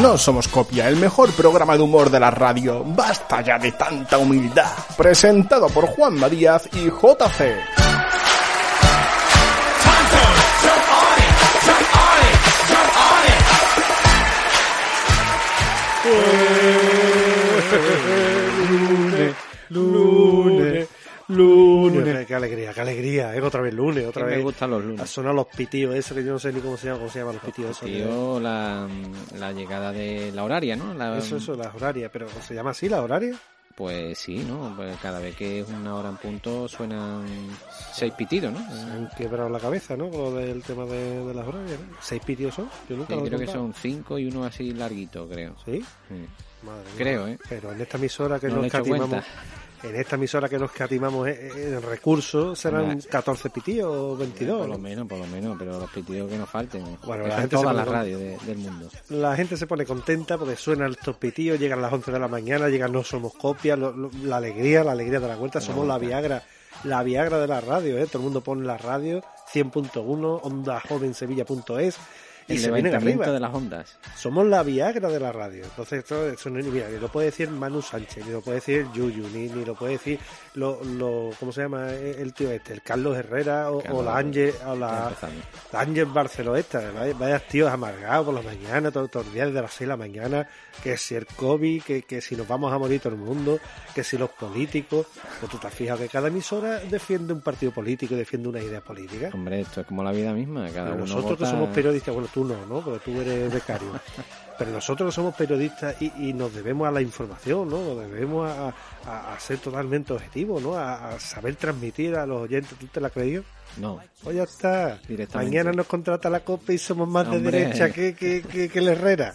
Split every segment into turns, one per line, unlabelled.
No somos copia, el mejor programa de humor de la radio. Basta ya de tanta humildad. Presentado por Juanma Díaz y JC.
Lunes, lunes. Qué alegría, qué alegría. Es otra vez lunes, otra
Que
vez.
me gustan los lunes.
Sonan los pitidos, eso que yo no sé ni cómo se llama, cómo se llaman los pitidos. esos, ¿no?
Tío, la, la llegada de la horaria, ¿no? La-
Eso, eso, las horarias, pero ¿se llama así la horaria?
Pues sí, ¿no? Pues Cada vez que es una hora en punto suenan seis pitidos, ¿no?
Se han quebrado la cabeza, ¿no? Con lo del tema de, de las horarias, ¿no? ¿Seis pitidos son? Yo nunca
Sí,
lo he
creo que
contado.
son cinco y uno así larguito, creo.
¿Sí?
Sí.
Madre mía.
Creo, ¿eh?
Pero en esta emisora que
No
nos
le he hecho
catimamos.
cuenta.
En esta emisora que nos catimamos en recursos serán
Hombre.
14 pitidos o 22.
por lo
¿no?
menos, por lo menos, pero los pitidos que nos falten.
Bueno,
Eso
la
en
gente se
todas
pone
las
con-
radios de- del mundo.
La gente se pone contenta porque suenan estos pitillos, llegan las 11 de la mañana, llegan No Somos Copias, lo- lo- la alegría, la alegría de la vuelta,
La
somos la
vuelta.
Viagra, la Viagra de la radio, ¿eh? todo el mundo pone la radio, 100.1, onda joven sevilla.es, y
El
se vienen
levantamiento
arriba.
de las ondas.
Somos la Viagra de la radio. Entonces, esto, eso no- mira, ni lo puede decir Manu Sánchez, ni lo puede decir Yuyu, ni, ni lo puede decir lo, lo, ¿cómo se llama eh, el tío este? El Carlos Herrera o, o
Carlos
la Ángel, o
Ya
la,
empezamos.
Ángel Barceló esta, vaya, vaya tíos amargados por la mañana, todo- todos los días desde las 6 de la mañana, que si el COVID, que, que si nos vamos a morir todo el mundo, que si los políticos, pues tú te has fijado que cada emisora defiende un partido político y defiende una idea política.
Hombre, esto es como la vida misma. Cada
Pero
uno
nosotros que
vota-
somos periodistas, bueno, tú no, ¿no? Porque tú eres becario. Pero nosotros que somos periodistas y, y nos debemos a la información, ¿no? Nos debemos a, a- a ser totalmente objetivos, ¿no? A, a saber transmitir a los oyentes. ¿Tú te la creías?
No,
Pues ya está.
Directamente.
Mañana nos contrata la COPE y somos más de
Hombre.
derecha que, que, que, que el Herrera.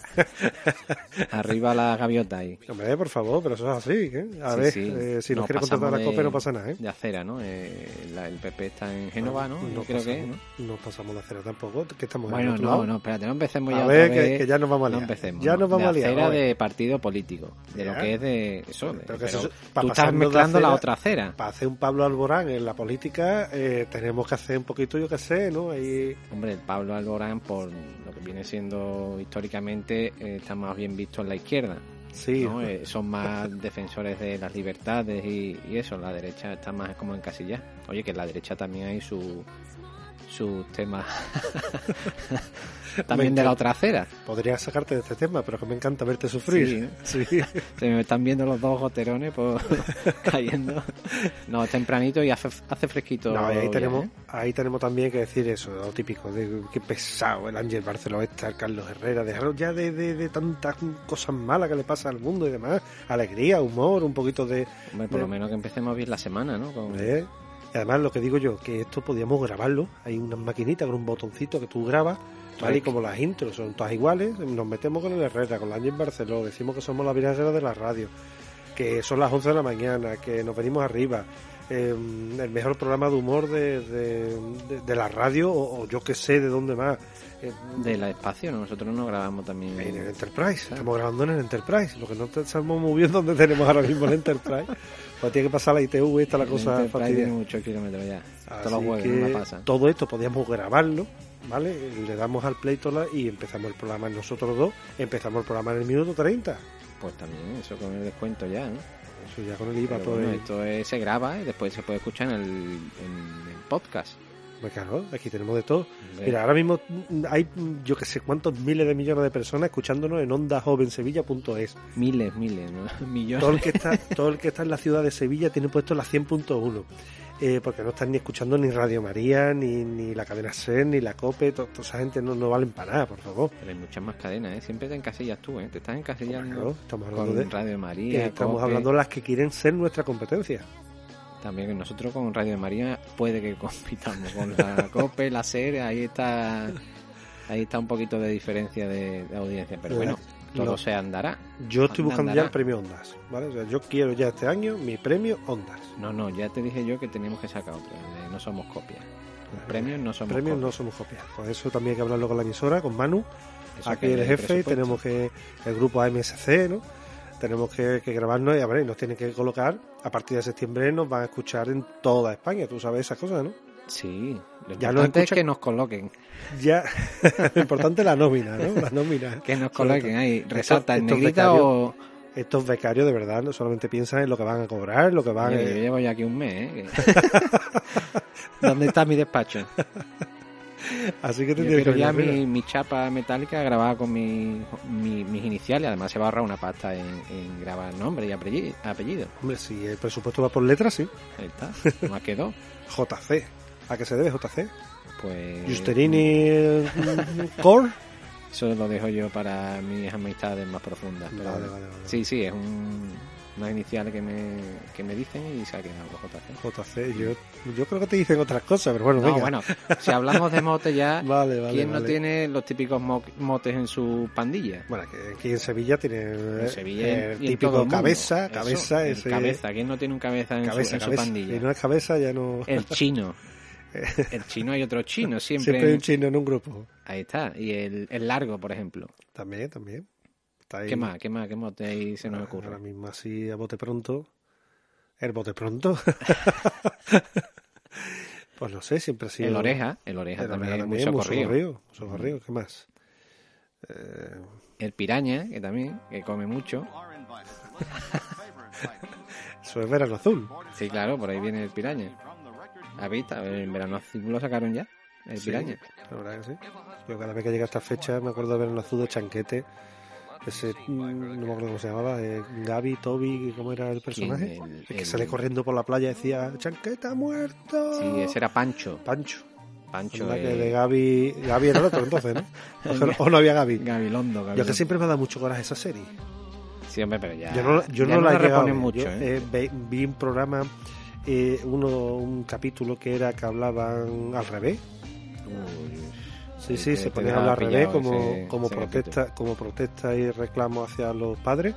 arriba la gaviota ahí.
Hombre, por favor, pero eso es así. ¿eh? A
Sí,
ver,
sí.
eh, si nos, quiere
pasamos
contratar la
de-
COPE no pasa nada. ¿eh?
De acera, ¿no? Eh, la- el PP está en Génova, ¿no? Yo creo
pasamos,
que, ¿no?
no pasamos la cera tampoco. Que estamos en
Bueno,
otro
no,
lado.
no, espérate, no empecemos ya.
A
otra
ver, que-
vez.
que ya nos vamos a
No
liar.
empecemos.
Ya
no.
nos vamos
de
a liar,
acera
oye.
de partido político. De lo
Ya.
que es de eso. de-
Pero
pero
que eso- para
tú estás
pasarnos de
mezclando la
acera-
otra acera.
Para hacer un Pablo Alborán en la política, eh, tenemos que hacer un poquito, yo qué sé, ¿no? Y
Hombre, el Pablo Alborán, por lo que viene siendo históricamente, eh, está más bien visto en la izquierda.
sí,
¿no? Eh, son más defensores de las libertades y, y eso. La derecha está más como en casilla. Oye, que en la derecha también hay su sus temas también de la otra acera.
podría sacarte de este tema, pero que me encanta verte sufrir.
¿eh?
Sí.
Se me están viendo los dos goterones por cayendo. No, es tempranito y hace, hace fresquito.
No, y ahí
bien,
tenemos,
¿eh?
ahí tenemos también que decir eso, lo típico, de qué pesado el Ángel Barceló está, el Carlos Herrera, dejaros ya de, de, de tantas cosas malas que le pasa al mundo y demás, alegría, humor, un poquito de...
Hombre, por lo
de-
menos que empecemos bien la semana, ¿no? Con-
de- Y además lo que digo yo, que esto podíamos grabarlo, hay unas maquinitas con un botoncito que tú grabas, ¿vale? Y
Rec.
como las intros son todas iguales, nos metemos con el Herrera, con el Ángel Barceló, decimos que somos la virajera de la radio, que son las 11 de la mañana, que nos venimos arriba, eh, el mejor programa de humor de, de- de- de la radio o, o yo que sé de dónde más. Eh,
Del espacio, ¿no? Nosotros no grabamos también.
en el Enterprise, estamos grabando en el Enterprise, lo que no te- sabemos muy bien dónde tenemos ahora mismo el Enterprise. Pues tiene que pasar la ITV, está la
El
cosa
Enterprise
fastidiada.
tiene muchos kilómetros ya. Todos
Así
los jueves,
que
no la pasan.
todo esto podíamos grabarlo, ¿vale? Le damos al play tola y empezamos el programa nosotros dos, empezamos el programa en el minuto 30.
Pues también, eso con el descuento ya, ¿no?
Eso ya con el IVA pues,
Pero
todo
bueno,
el-
esto es- se graba y después se puede escuchar en el, en el podcast. Eh,
Pues claro, aquí tenemos de todo.
Sí.
Mira, ahora mismo mm, hay mm, yo que sé cuántos miles de millones de personas escuchándonos en ondajovensevilla.es.
Miles, miles, ¿no? millones.
Todo el que está, todo el que está en la ciudad de Sevilla tiene puesto la 100.1. eh, porque no están ni escuchando ni Radio María, ni, ni la cadena SER, ni la COPE, to- toda esa gente no, no valen para nada, por favor.
Pero hay muchas más cadenas, ¿eh? Siempre te encasillas tú, ¿eh? Te estás
Claro,
encasillando
estamos hablando de,
con Radio María.
que estamos
Cope.
hablando de las que quieren ser nuestra competencia.
También nosotros con Radio María puede que compitamos con la COPE, la SER, ahí está ahí está un poquito de diferencia de, de audiencia, pero bueno, todo
Lo-
se andará.
Yo estoy
Anda,
buscando
andará.
ya el premio Ondas, ¿vale? O sea, yo quiero ya este año mi premio Ondas.
No, no, ya te dije yo que teníamos que sacar otro, el de no somos copia. Los premios no somos
Premios no
copia.
somos copias. Por eso también hay que hablarlo con la emisora, con Manu,
Eso
aquí
que
el
hay
jefe, y
presupuesto.
tenemos que el grupo AMSC, ¿no? Tenemos que, que grabarnos y a ver, nos tienen que colocar. A partir de septiembre nos van a escuchar en toda España, tú sabes esas cosas, ¿no?
Sí, lo
Ya
importante
lo
es
escucha-
que nos coloquen,
Ya, lo importante es la nómina, ¿no? La nómina.
que nos
Sobre
coloquen ahí,
Estos-
resalta en
estos
negrita o...
todo, Estos becarios de verdad no solamente piensan en lo que van a cobrar, lo que van
Yo, yo
eh,
llevo ya aquí un mes, ¿eh? ¿Dónde está mi despacho?
Así que te
Yo
tienes que
quiero
venir
ya
arriba.
mi, mi chapa metálica grabada con mi- mi- mis iniciales. Además, se va a ahorrar una pasta en, en grabar nombre y apelli- apellido.
Hombre, si el presupuesto va por letras, sí.
Ahí está, más que dos.
JC. ¿A qué se debe JC?
Pues.
Justerini mm, Core.
Eso lo dejo yo para mis amistades más profundas. pero-
Vale, vale, vale.
Sí, sí, es un, unas iniciales que me, que me dicen y se ha quedado JC.
JC. Yo, yo creo que te dicen otras cosas, pero bueno,
No,
venga.
bueno, si hablamos de mote ya,
Vale, vale,
¿quién no
vale.
tiene los típicos mo- motes en su pandilla?
Bueno, que aquí en Sevilla tiene
En
eh,
Sevilla
el
y en todo
típico
el mundo.
cabeza,
Eso,
cabeza,
el
ese,
cabeza. ¿Quién no tiene un cabeza en, su-
cabeza,
en su,
cabeza.
pandilla?
Y no es cabeza, ya no.
El chino. El chino hay otro chino siempre.
Siempre hay un chino en un grupo.
Ahí está. Y el, el largo, por ejemplo.
También, también. Está ahí. Ah,
¿Qué más? ¿Qué más? ¿Qué mote ahí se nos
Ahora
ocurre?
mismo así a bote pronto. El bote pronto. pues no sé, siempre ha sido.
El oreja. El oreja
El
también
oreja
es muy
muy
socorrido.
socorrido, muy socorrido, ¿Qué más? Eh,
El piraña, que también, que come mucho.
eso es verano azul.
Sí, claro, por ahí viene el piraña. ¿Has visto? En verano azul lo sacaron ya. El piraña.
La verdad que sí. Yo cada vez que llega esta fecha me acuerdo de verano azul de Chanquete. Ese, mm, no me acuerdo cómo se llamaba, eh, Gaby, Toby, ¿cómo era el personaje?
¿Quién? El-
El que
el-
sale corriendo por la playa y decía, Chanquete ha muerto.
Sí, ese era Pancho.
Pancho.
Pancho.
Anda, que
eh,
de Gaby. Gaby era el otro entonces, ¿no? O sea, O no había Gaby.
Gabilondo,
Yo que
Gabilondo.
siempre me da mucho coraje esa serie.
Sí, hombre, pero ya.
Yo no, yo
ya
no la he llegado a ver.
reponen mucho,
Yo,
¿eh?
eh, ve- vi un programa, eh, uno, un capítulo que era que hablaban al revés. eh,
Uy,
Sí,
sí,
sí,
te-
se
te
ponían a
dejaba
hablar al revés
pillado
como,
ese-
como,
ese
protesta, como protesta y reclamo hacia los padres.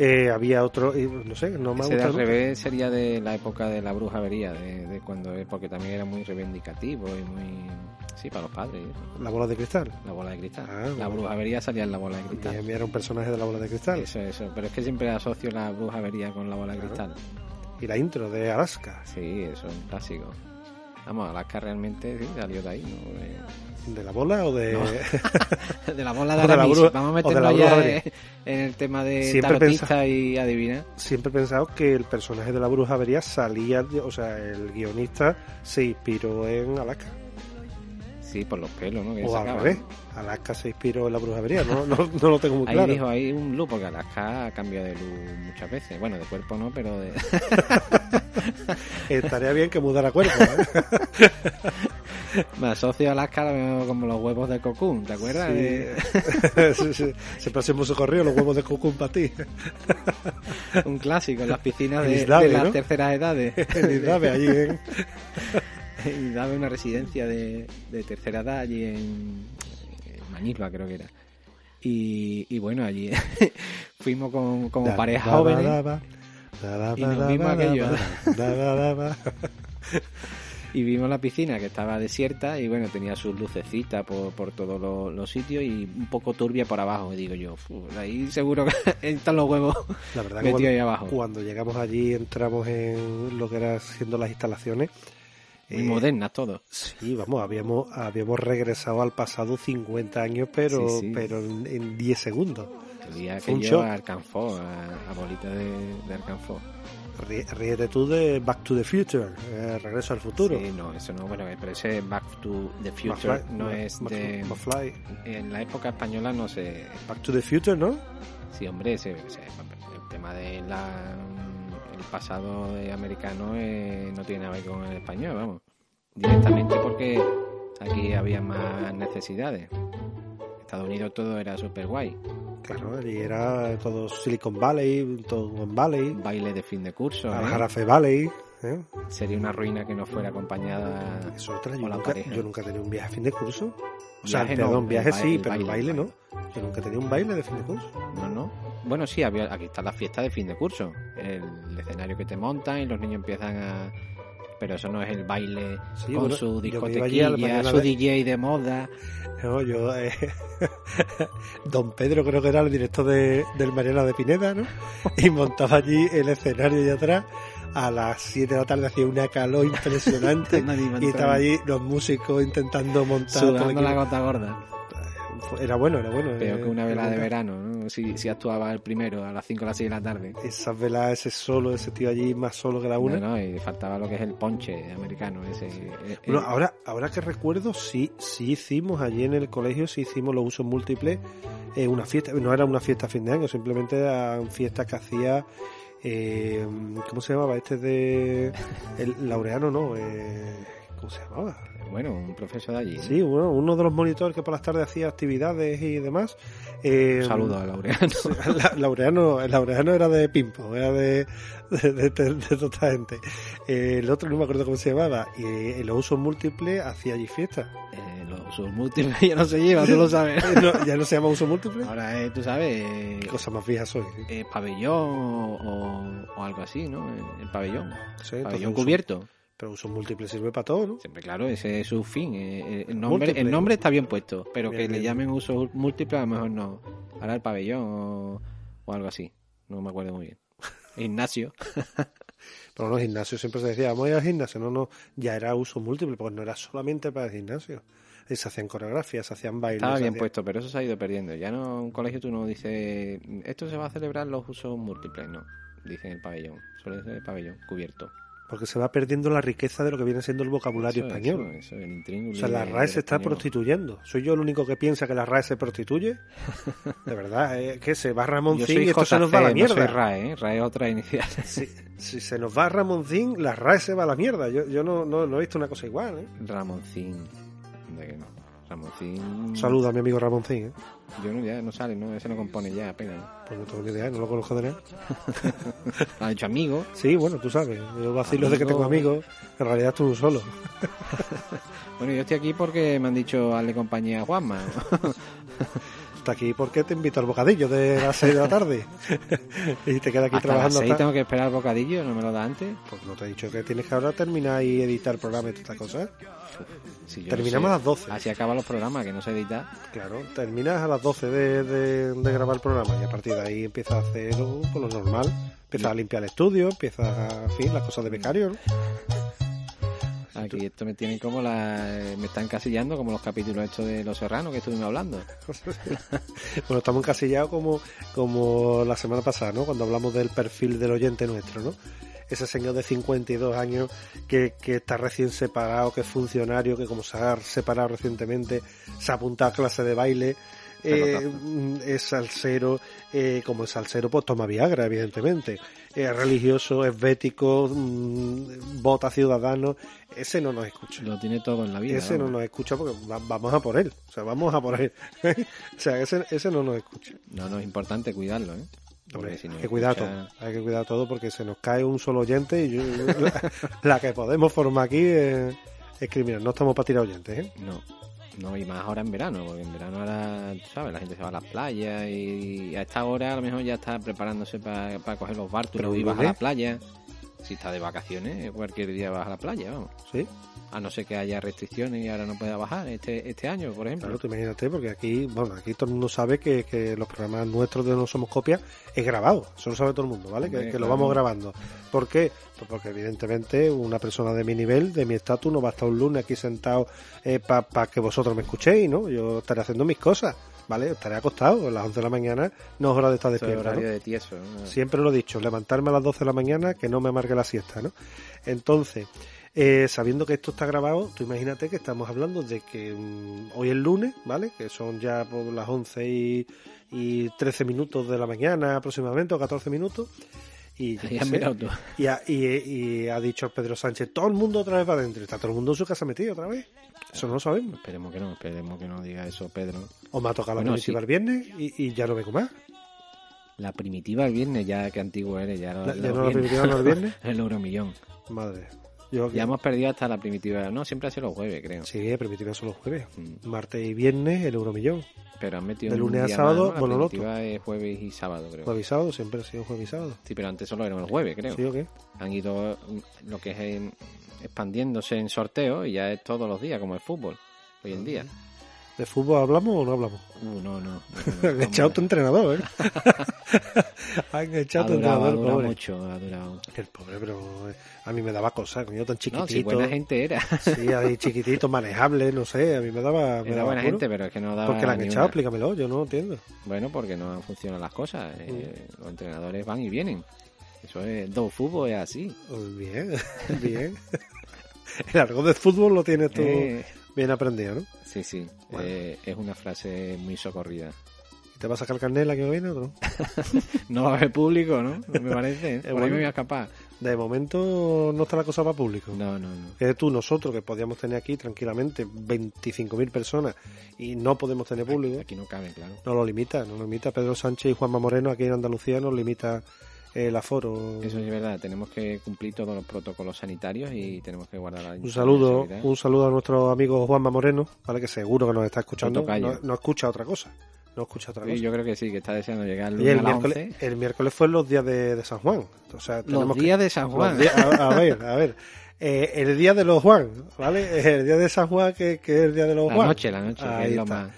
Eh, había otro, eh, no sé, no me ha
Ese de
gustado.
al
nunca.
revés sería de la época de la brujería, de, de cuando eh, porque también era muy reivindicativo y muy sí para los padres, ¿eh?
La bola de cristal.
la bola de cristal.
Ah,
la
bueno.
brujería salía en la bola de cristal.
También era un personaje de la bola de cristal.
Eso, eso. Pero es que siempre asocio la brujería con la bola de
Claro.
cristal.
Y la intro de Alaska,
Sí, eso es un clásico. Vamos, Alaska realmente sí, salió de ahí, ¿no? Eh, De-
de la bola o de...
De, la bola
O
de
de la
Aramis.
bru-
Vamos a
o de la
meternos ya
brujería.
en, en el tema de
Siempre
tarotista
pensa-
y adivina.
siempre he pensado que el personaje de la bruja avería salía, de- o sea, el guionista se inspiró en Alaska.
Sí, por los pelos, ¿no? Que
o al
sacaban.
revés, Alaska se inspiró en la bruja avería, no, no, no lo tengo muy
Ahí
claro.
dijo, hay un luz, porque Alaska ha cambiado de luz muchas veces. Bueno, de cuerpo no, pero de...
Estaría bien que mudara cuerpo. ¿eh?
me asocio a Alaska lo mismo como los huevos de Cocoon, ¿te acuerdas? De- eh.
Sí. sí, sí. Siempre hacemos socorrido los huevos de cucún para ti.
Un clásico en las piscinas
En
de,
Isdave,
de las
¿no?
terceras edades.
En Isdave, allí ¿eh? en-
y daba una residencia de, de tercera edad allí en, en Manilva, creo que era. Y, y bueno, allí fuimos con, como pareja
Da, da,
jóvenes.
da, da, da, da,
y nos
da,
vimos
da,
aquello.
da, da, da, da.
y vimos la piscina que estaba desierta y bueno, tenía sus lucecitas por, por todos los, los sitios y un poco turbia por abajo. Y digo yo, "Fu, ahí seguro que están los huevos
La verdad que
metidos ahí
cuando,
abajo.
cuando llegamos allí entramos en lo que era siendo las instalaciones.
Muy
eh,
modernas todo.
Sí, vamos, habíamos, habíamos regresado al pasado 50 años, pero,
Sí, sí.
pero en, en 10 segundos.
El día
Fue
que
un
yo
shock.
a Alcanfor, a, a bolita de, de Alcanfor.
Rí- Ríete tú de Back to the Future, eh, Regreso al Futuro.
Sí, no, eso no, bueno, pero ese Back to the Future
McFly-
no
Mc-
es
Mc-
de...
McFly.
En la época española no sé...
Back to the Future, ¿no?
Sí, hombre, ese, ese- el tema de la... El pasado de americano eh, no tiene nada que ver con el español, vamos. Directamente porque aquí había más necesidades. Estados Unidos todo era súper guay.
Claro, allí era todo Silicon Valley, todo One Valley,
Baile de fin de curso.
al
¿eh?
Jarafe Valley. ¿eh?
Sería una ruina que no fuera acompañada
Eso otra, yo
Con la
nunca,
pareja.
yo nunca he tenido un viaje a fin de curso. O sea,
Viaje no,
perdón,
el
viaje
ba-
sí,
el
pero el
baile,
baile
el
no. Yo nunca he tenido un baile de fin de curso.
No, no. Bueno, sí, había, aquí está la fiesta de fin de curso. El escenario que te montan y los niños empiezan a... Pero eso no es el baile
Sí,
con
bueno,
su
yo me iba allí a la
discotequilla,
mañana
su
de-
DJ de moda.
No, yo. eh, Don Pedro creo que era el director de, del Mariana de Pineda, ¿no? Y montaba allí el escenario allá atrás. a las 7 de la tarde hacía una calor impresionante
Nadie me
y
entró.
estaba allí los músicos intentando montar. todo
Sudando la
equipo.
gota gorda.
Era bueno, era bueno.
Peor
eh,
que una vela de
era-
verano, ¿no? Si, si actuaba el primero a las 5 o las 6 de la tarde.
Esas velas, ese solo, ese tío allí más solo que la una.
No, no, y faltaba lo que es el ponche americano. Ese, eh,
Bueno,
eh,
ahora, ahora que recuerdo, sí, sí hicimos allí en el colegio, sí hicimos los usos múltiples, eh, una fiesta, no era una fiesta a fin de año, simplemente eran fiestas que hacía, eh, ¿cómo se llamaba? Este de... El laureano, no, eh, ¿cómo se llamaba?
Bueno, un profesor de allí. ¿eh? ¿no?
Sí, bueno, uno de los monitores que por las tardes hacía actividades y demás. Eh,
Un saludo eh. a Laureano.
La- Laureano, el Laureano era de Pimpo, era de, de, de- de- de toda esta gente. Eh, el otro no me acuerdo cómo se llamaba. Y eh, los usos múltiples hacía allí fiestas.
Eh, los sus múltiples ya no se lleva, tú lo sabes.
No, ya no se llama uso múltiple.
Ahora, eh, tú sabes, eh,
Qué cosa más vieja soy. sí.
eh, pabellón o, o algo así, ¿no? Eh, El pabellón.
Sí, entonces
Pabellón
uso-
cubierto.
Pero uso múltiple sirve para todo, ¿no?
Siempre, claro, ese es su fin. eh, eh, El nombre,
Múltiple.
el nombre está bien puesto, pero
Bien,
que le
bien.
llamen uso múltiple a lo mejor no. Ahora el pabellón o, o algo así. No me acuerdo muy bien. Ignacio.
Pero los gimnasios siempre se decía, vamos a ir al gimnasio. No, no, ya era uso múltiple, porque no era solamente para el gimnasio. Y se hacían coreografías, se hacían bailes.
Estaba
se
bien
hacían-
puesto, pero eso se ha ido perdiendo. Ya no, un colegio tú no dices, esto se va a celebrar los usos múltiples, no. Dicen el pabellón. Suele ser el pabellón cubierto.
Porque se va perdiendo la riqueza de lo que viene siendo el vocabulario
Eso,
español.
eso, eso, el intríngulis
O sea, la
de-
RAE
del
se está
español.
prostituyendo. ¿Soy yo el único que piensa que la RAE se prostituye? De verdad, eh, que se va
Yo
Ramoncín
soy
y esto se nos va a la
JC, no
mierda.
soy RAE, ¿eh? RAE es otra inicial.
si, si se nos va Ramoncín, la RAE se va a la mierda. Yo, yo no, no, no he visto una cosa igual. ¿eh?
Ramoncín. De que no. Ramoncín.
Saluda a mi amigo Ramoncín. ¿eh?
Yo no, ya no sale, no, ese no compone ya, apenas.
Pues no tengo ni idea, no lo conozco de nada.
Ha hecho amigo.
Sí, bueno, tú sabes. Yo vacilo de que
Amigo.
tengo amigos. En realidad tú solo.
Bueno, yo estoy aquí porque me han dicho hazle compañía a Juanma.
Está aquí porque te invito al bocadillo de las 6 de la tarde. y te quedas aquí
hasta las
trabajando
seis
hasta...
tengo que esperar el bocadillo, no me lo da antes.
Pues no te he dicho que tienes que ahora terminar y editar el programa y todas estas cosas. ¿eh?
Si yo
Terminamos
no sé.
a las 12.
Así acaban los programas, que no se edita.
Claro, terminas a las 12 de, de- de grabar el programa y a partir de ahí empiezas a hacer lo, pues, lo normal. Empiezas a limpiar el estudio, empiezas a, en fin, las cosas de becario. ¿no?
Aquí esto me tienen como la... eh, Me están casillando como los capítulos estos de Los Serranos que estuvimos hablando.
bueno, estamos encasillados como, como la semana pasada, ¿no? Cuando hablamos del perfil del oyente nuestro, ¿no? Ese señor de 52 años que, que está recién separado, que es funcionario, que como se ha separado recientemente, se ha apuntado a clase de baile, eh,
Pelotazo.
mm, es salsero, eh, como es salsero, pues toma Viagra, evidentemente. Es religioso, es bético, mm, vota ciudadano. Ese no nos escucha.
Lo tiene todo en la vida.
Ese no
vamos.
nos escucha porque va- vamos a por él. O sea, vamos a por él. o sea, ese, ese no nos escucha.
No, no, es importante cuidarlo, ¿eh?
Hombre,
Porque si no
hay que cuidar
escucha-
todo. Hay que cuidar todo porque se nos cae un solo oyente y yo- la, la que podemos formar aquí eh, es criminal. No estamos para tirar oyentes, ¿eh?
No, no, y más ahora en verano, porque en verano ahora, tú sabes, la gente se va a las playas y a esta hora a lo mejor ya está preparándose para, para coger los
Pero
bártulos
un
y vas a
lunes.
la playa. Si está de vacaciones, cualquier día vas a la playa, vamos.
Sí.
A no ser que haya restricciones y ahora no pueda bajar este, este año, por ejemplo.
Claro, tú imagínate, porque aquí, bueno, aquí todo el mundo sabe que, que los programas nuestros de No Somos Copia es grabado, eso lo sabe todo el mundo, ¿vale? Que,
Hombre,
que lo
claro.
vamos grabando. ¿Por qué? Pues porque evidentemente una persona de mi nivel, de mi estatus, no va a estar un lunes aquí sentado para que vosotros me escuchéis, ¿no? Yo estaré haciendo mis cosas, ¿vale? Estaré acostado a las 11 de la mañana, no es hora de estar
Esto es
despierto. ¿no?
horario de tieso. ¿no?
Ah. Siempre lo he dicho, levantarme a las 12 de la mañana que no me amargue la siesta, ¿no? Entonces, eh, sabiendo que esto está grabado, tú imagínate que estamos hablando de que mm, hoy es lunes, ¿vale? Que son ya por las 11 y, y 13 minutos de la mañana aproximadamente, o 14 minutos. Y, yo
Ahí
qué
has
sé,
mirado tú.
y ha, y- y ha dicho Pedro Sánchez, todo el mundo otra vez va adentro. Está todo el mundo en su casa metido otra vez. Eso no lo sabemos.
Esperemos que no, esperemos que no diga eso, Pedro.
O me ha tocado la
Bueno,
primitiva
sí.
el viernes y, y ya no vengo más.
La primitiva el viernes, ya que antiguo eres, ya, lo-
La-
lo
ya no la
viene.
primitiva no el viernes.
el euromillón.
Madre. Yo,
Ya hemos perdido hasta la primitiva. No, siempre hace los jueves, creo.
Sí, primitiva son los jueves.
Mm.
martes y viernes el Euromillón.
Pero han metido
De
un
lunes a
día
sábado,
más, ¿no?
bueno,
la
lo otro.
primitiva es jueves y sábado, creo.
Jueves y sábado, siempre ha sido jueves y sábado.
Sí, pero antes solo eran el jueves, creo.
¿Sí o qué?
Han ido mm, lo que es
Ah.
en- expandiéndose en sorteo y ya es todos los días, como el fútbol, hoy en día.
¿De fútbol hablamos o no hablamos?
Uh, no, no.
Han echado tu entrenador, ¿eh? Han
ha
echado tu
durado, ha
entrenador,
durado
pobre.
mucho, ha durado.
El pobre, pero eh, a mí me daba cosa, coño, tan
No, si
chiquitito.
buena gente era.
Sí, ahí chiquitito, manejable, no sé, a mí me daba. Me
Era
daba apuro.
buena gente, pero es que no daba
Porque la han
ni
echado,
una.
explícamelo, yo no entiendo.
Bueno, porque no han funcionado las cosas. eh,
Mm.
Los entrenadores van y vienen. Eso es. Do fútbol es así.
Pues Bien, bien. El argot de fútbol lo tienes tú
Eh,
bien aprendido, ¿no?
sí, sí.
Bueno.
eh, es una frase muy socorrida.
¿Te vas a sacar carnet la que viene o no?
No va a haber público, ¿no? Me parece. Por ahí
bueno.
me voy a escapar.
De momento no está la cosa para público.
No, no, no.
Que tú, nosotros, que podíamos tener aquí tranquilamente 25.000 personas y no podemos tener público,
Aquí no cabe, claro.
no lo limita, no lo limita. Pedro Sánchez y Juanma Moreno aquí en Andalucía nos limita el aforo.
Eso es verdad, tenemos que cumplir todos los protocolos sanitarios y tenemos que guardar la
Un saludo,
seguridad.
un saludo a nuestro amigo Juanma Moreno, para que seguro que nos está escuchando.
tocayo.
No, no escucha otra cosa. No escucha otra cosa.
Sí, yo creo que sí, que está deseando llegar el
Y
lunes
el
a las
miércoles,
11.
el miércoles fue los días de, de San Juan. O sea, tenemos
Los
que-
días de San
los
Juan.
días- a, a ver, a ver. Eh, el día de los Juan, ¿vale? El día de San Juan, que, que es el día de los
La
Juan.
noche, la noche, que
Ahí
es lo
está.
más.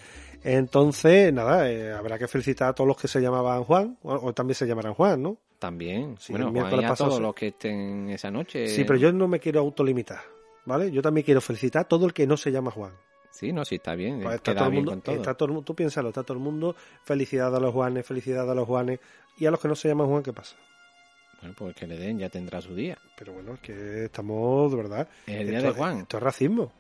Entonces, nada, eh, habrá que felicitar a todos los que se llamaban Juan, o, o también se llamarán Juan, ¿no?
También.
Sí,
bueno,
el
Juan,
miércoles
y a
pasado
todos
se-
los que estén esa noche.
Sí, pero yo no me quiero autolimitar, ¿vale? Yo también quiero felicitar a todo el que no se llama Juan.
Sí, no, sí, está bien.
Pues está
Eh, queda
todo el
bien
mundo,
con todo.
está todo el mundo- tú piénsalo, está todo el mundo, felicidad a los Juanes, felicidad a los Juanes, y a los que no se llaman Juan, ¿qué pasa?
Bueno, pues que le den, ya tendrá su día.
Pero bueno, es que estamos, de verdad,
Es el día
Esto-
de Juan.
Esto es racismo.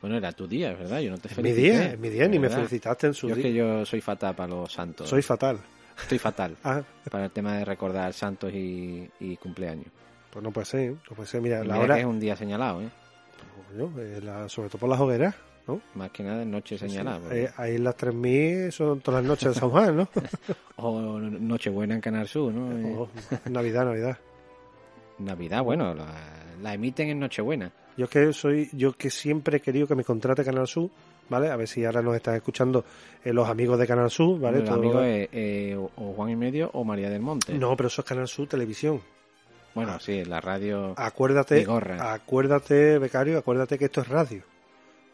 Bueno, era tu día, ¿verdad? Yo no te
Es mi
felicité.
día, es mi día, ni me
¿verdad?
felicitaste en su
Yo es
día.
que yo soy fatal para los santos.
Soy fatal.
Estoy fatal
Ah,
para el tema de recordar santos y, y cumpleaños.
pues no puede ser, no puede ser. Mira,
Y
la
mira
hora,
que es un día señalado, ¿eh?
coño, eh, la- sobre todo por las hogueras, ¿no?
Más que nada noche señalada. porque-
Eh, ahí las 3.000 son todas las noches de San Juan, ¿no?
O Nochebuena en Canal Sur, ¿no? Eh,
Oh, Navidad, Navidad.
Navidad, bueno, la, la emiten en Nochebuena.
Yo es que soy, yo que siempre he querido que me contrate Canal Sur, ¿vale? A ver si ahora nos están escuchando eh, los amigos de Canal Sur, ¿vale?
Los
Todo-
amigos eh, eh, o o Juan y Medio o María del Monte.
No, pero eso es Canal Sur Televisión.
Bueno, sí, la radio.
Ah. acuérdate,
Y gorra.
acuérdate, becario, acuérdate que esto es radio.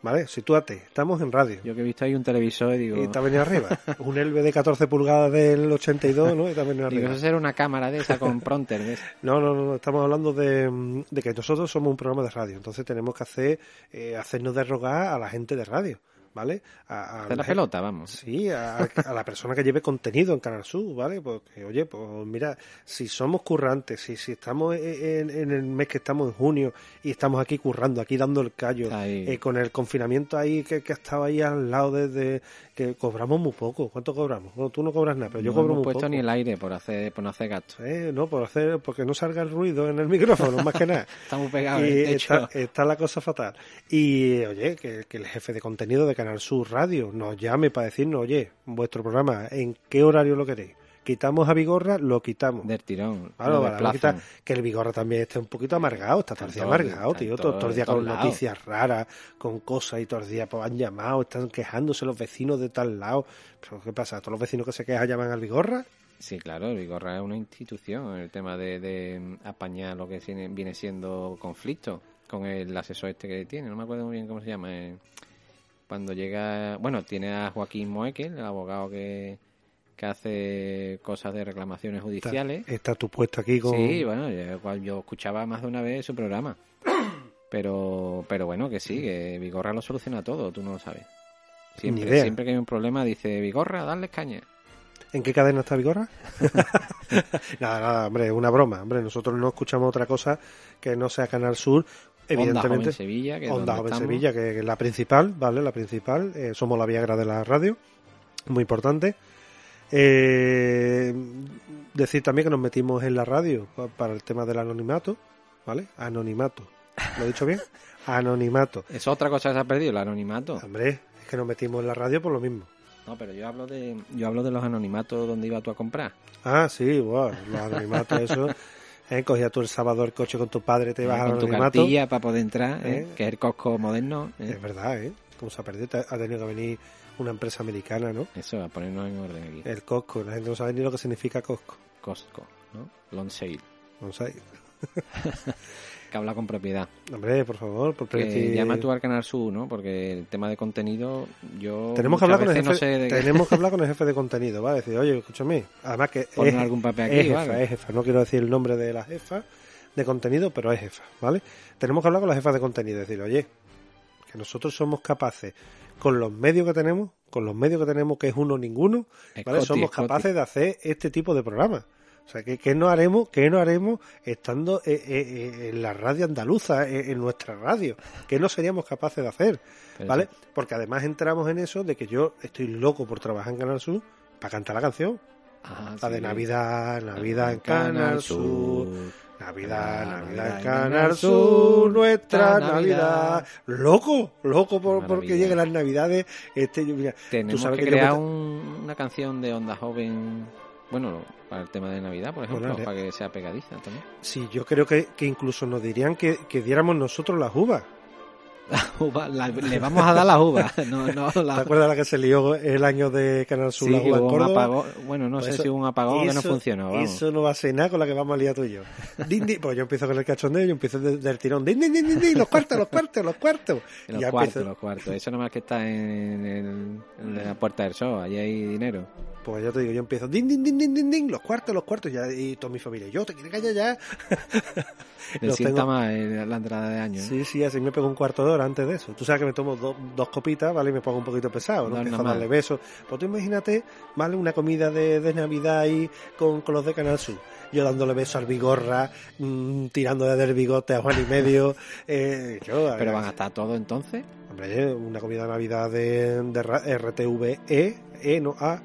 ¿Vale? Sitúate, estamos en radio.
Yo que he visto ahí un televisor y digo,
Y está venido arriba. Un Elbe de 14 pulgadas del 82, ¿no? Y está venido
digo,
arriba.
eso será una cámara de esa con pronter. de esa.
No, no, no, estamos hablando de, mm, de que nosotros somos un programa de radio. Entonces tenemos que hacer, eh, hacernos derrogar a la gente de radio, ¿vale? A, a
Hacer la
gente-
pelota, vamos.
Sí, a, a la persona que lleve contenido en Canal Sur, ¿vale? Porque, oye, pues mira, si somos currantes, si, si estamos e, en, en el mes que estamos en junio y estamos aquí currando, aquí dando el callo,
Ahí.
eh, con el confinamiento ahí que, que ha estado ahí al lado desde que cobramos muy poco. ¿Cuánto cobramos? Bueno, tú no cobras nada, pero yo
no
cobro
hemos
muy
puesto
poco.
ni el aire por hacer por no hacer gasto.
Eh, no, por hacer, porque no salga el ruido en el micrófono, más que nada.
Estamos pegados
Y
en el techo.
está, eh, está la cosa fatal. Y oye, que, que el jefe de contenido de Canal Sur Radio nos llame para decirnos, oye, vuestro programa, ¿en qué horario lo queréis? Quitamos a Vigorra, lo quitamos.
Del tirón.
Claro,
lo
vale, vamos a
desplazan.
quitar que el Vigorra también esté un poquito amargado, está todo el día
Está en todo-
amargado,
está en
tío,
todo-
todo, todo el día
en todos
con
lados.
noticias raras, con cosas y todo el día pues, han llamado, están quejándose los vecinos de tal lado. Pero ¿qué pasa? ¿Todos los vecinos que se quejan llaman al Vigorra?
Sí, claro, Vigorra es una institución, el tema de, de apañar lo que tiene- viene siendo conflicto con el asesor este que tiene, no me acuerdo muy bien cómo se llama. eh. Cuando llega, bueno, tiene a Joaquín Moekel, el abogado que, que hace cosas de reclamaciones
Está,
judiciales.
está tú puesto aquí con...
Sí, bueno, yo, cual- yo escuchaba más de una vez su programa. Pero, pero bueno, que sí, que Vigorra lo soluciona todo, tú no lo sabes.
Ni
Siempre,
idea.
siempre que hay un problema dice, Vigorra, dale caña.
¿En qué cadena está Vigorra? nada, nada, hombre, es una broma. Hombre, nosotros no escuchamos otra cosa que no sea Canal Sur,
Onda Joven
evidentemente.
Sevilla, que es
Onda
donde
Joven
estamos.
Sevilla, que es la principal, ¿vale? La principal. eh, somos la Viagra de la radio, muy importante. Eh, decir también que nos metimos en la radio pa- para el tema del anonimato, ¿vale? Anonimato. ¿Lo he dicho bien? Anonimato.
Es otra cosa que se ha perdido, el anonimato.
Hombre, es que nos metimos en la radio por lo mismo.
No, pero yo hablo de yo hablo de los anonimatos donde iba tú a comprar.
Ah, sí, wow, los anonimatos, eso. Eh, cogía tú el sábado el coche con tu padre, te ibas
Eh,
al
con tu
anonimato.
cartilla para poder entrar, ¿eh?
Eh.
que es el Costco moderno. ¿eh?
Es verdad, ¿eh? Como se ha perdido, te- ha tenido que venir una empresa americana, ¿no?
Eso, a ponernos en orden
Eh.
aquí.
El Costco, la gente no sabe ni lo que significa Costco.
Costco, ¿no? Long sale.
No sabe-
que habla con propiedad.
Hombre, por favor, por
Que
decir-
llama tú al Canal Sur, ¿no? Porque el tema de contenido, yo.
Tenemos que,
muchas
hablar con el
veces
jefe,
no sé de qué-
tenemos que hablar con el jefe de contenido, ¿vale? Decir, oye, escúchame, además que
Poner
es,
algún papel
es
aquí,
jefa,
¿vale?
es jefa, no quiero decir el nombre de la jefa de contenido, pero es jefa, ¿vale? Tenemos que hablar con la jefa de contenido, decir, oye, que nosotros somos capaces, con los medios que tenemos, con los medios que tenemos, que es uno o ninguno, ¿vale?
Escoti,
somos
escoti.
capaces de hacer este tipo de programas. O sea, ¿qué, qué no haremos, qué no haremos estando eh, eh, eh, en la radio andaluza, eh, en nuestra radio? ¿Qué no seríamos capaces de hacer?
Pero
¿Vale?
sí,
Porque además entramos en eso de que yo estoy loco por trabajar en Canal Sur para cantar la canción.
Ah,
la de
sí.
Navidad, Navidad en Canal Sur. Navidad,
Ah,
Navidad en
Navidad en
Canal
Canal
Sur,
Sur,
nuestra
la
Navidad.
Navidad.
Loco, loco por-
Maravilla.
porque lleguen las Navidades. Este, yo, mira,
Tenemos
sabes
que
que yo
crear
me-
un- una canción de Onda Joven. Bueno, para el tema de Navidad, por ejemplo,
Ponele.
para que sea pegadiza también.
sí, yo creo que, que incluso nos dirían que, que diéramos nosotros las uvas.
Uva, la- le vamos a dar las uvas. No, no,
¿Te
la,
acuerdas la que se lió el año de Canal Sur,
Ah. Sí,
la
que
uva en
hubo un
Córdoba?
apagón. Bueno, no
Pues
sé
eso-
si hubo un apagón que no funcionó. Vamos.
Eso no va a ser nada con la que vamos a liar tú y yo. Din, din, pues yo empiezo con el cachondeo, yo empiezo de- del tirón. Din, din, din, din, din, los cuartos, los cuartos, los cuartos.
En los
ya
cuartos,
empiezo.
los cuartos. Eso nomás que está en, el- en la puerta del show. Allí hay dinero.
Pues ya te digo, yo empiezo. Din, din, din, din, din, din, los cuartos, los cuartos. Ya, y toda mi familia. Yo te quiero callar ya.
Le
Los
sienta
tengo-
más en la entrada de año. ¿eh?
Sí, sí, así me pego un cuarto de hora antes de eso. Tú sabes que me tomo do- dos copitas, ¿vale? Y me pongo un poquito pesado, ¿no?
Dos
Empiezo a
nomás.
darle besos. Pues tú imagínate, ¿vale? Una comida de, de Navidad ahí con, con los de Canal Sur. Yo dándole besos al bigorra, mm, tirándole del bigote a Juan y medio. eh, yo,
Pero
eh,
van a estar todos entonces.
Hombre, una comida de Navidad de, de ra- RTVE, E, no A,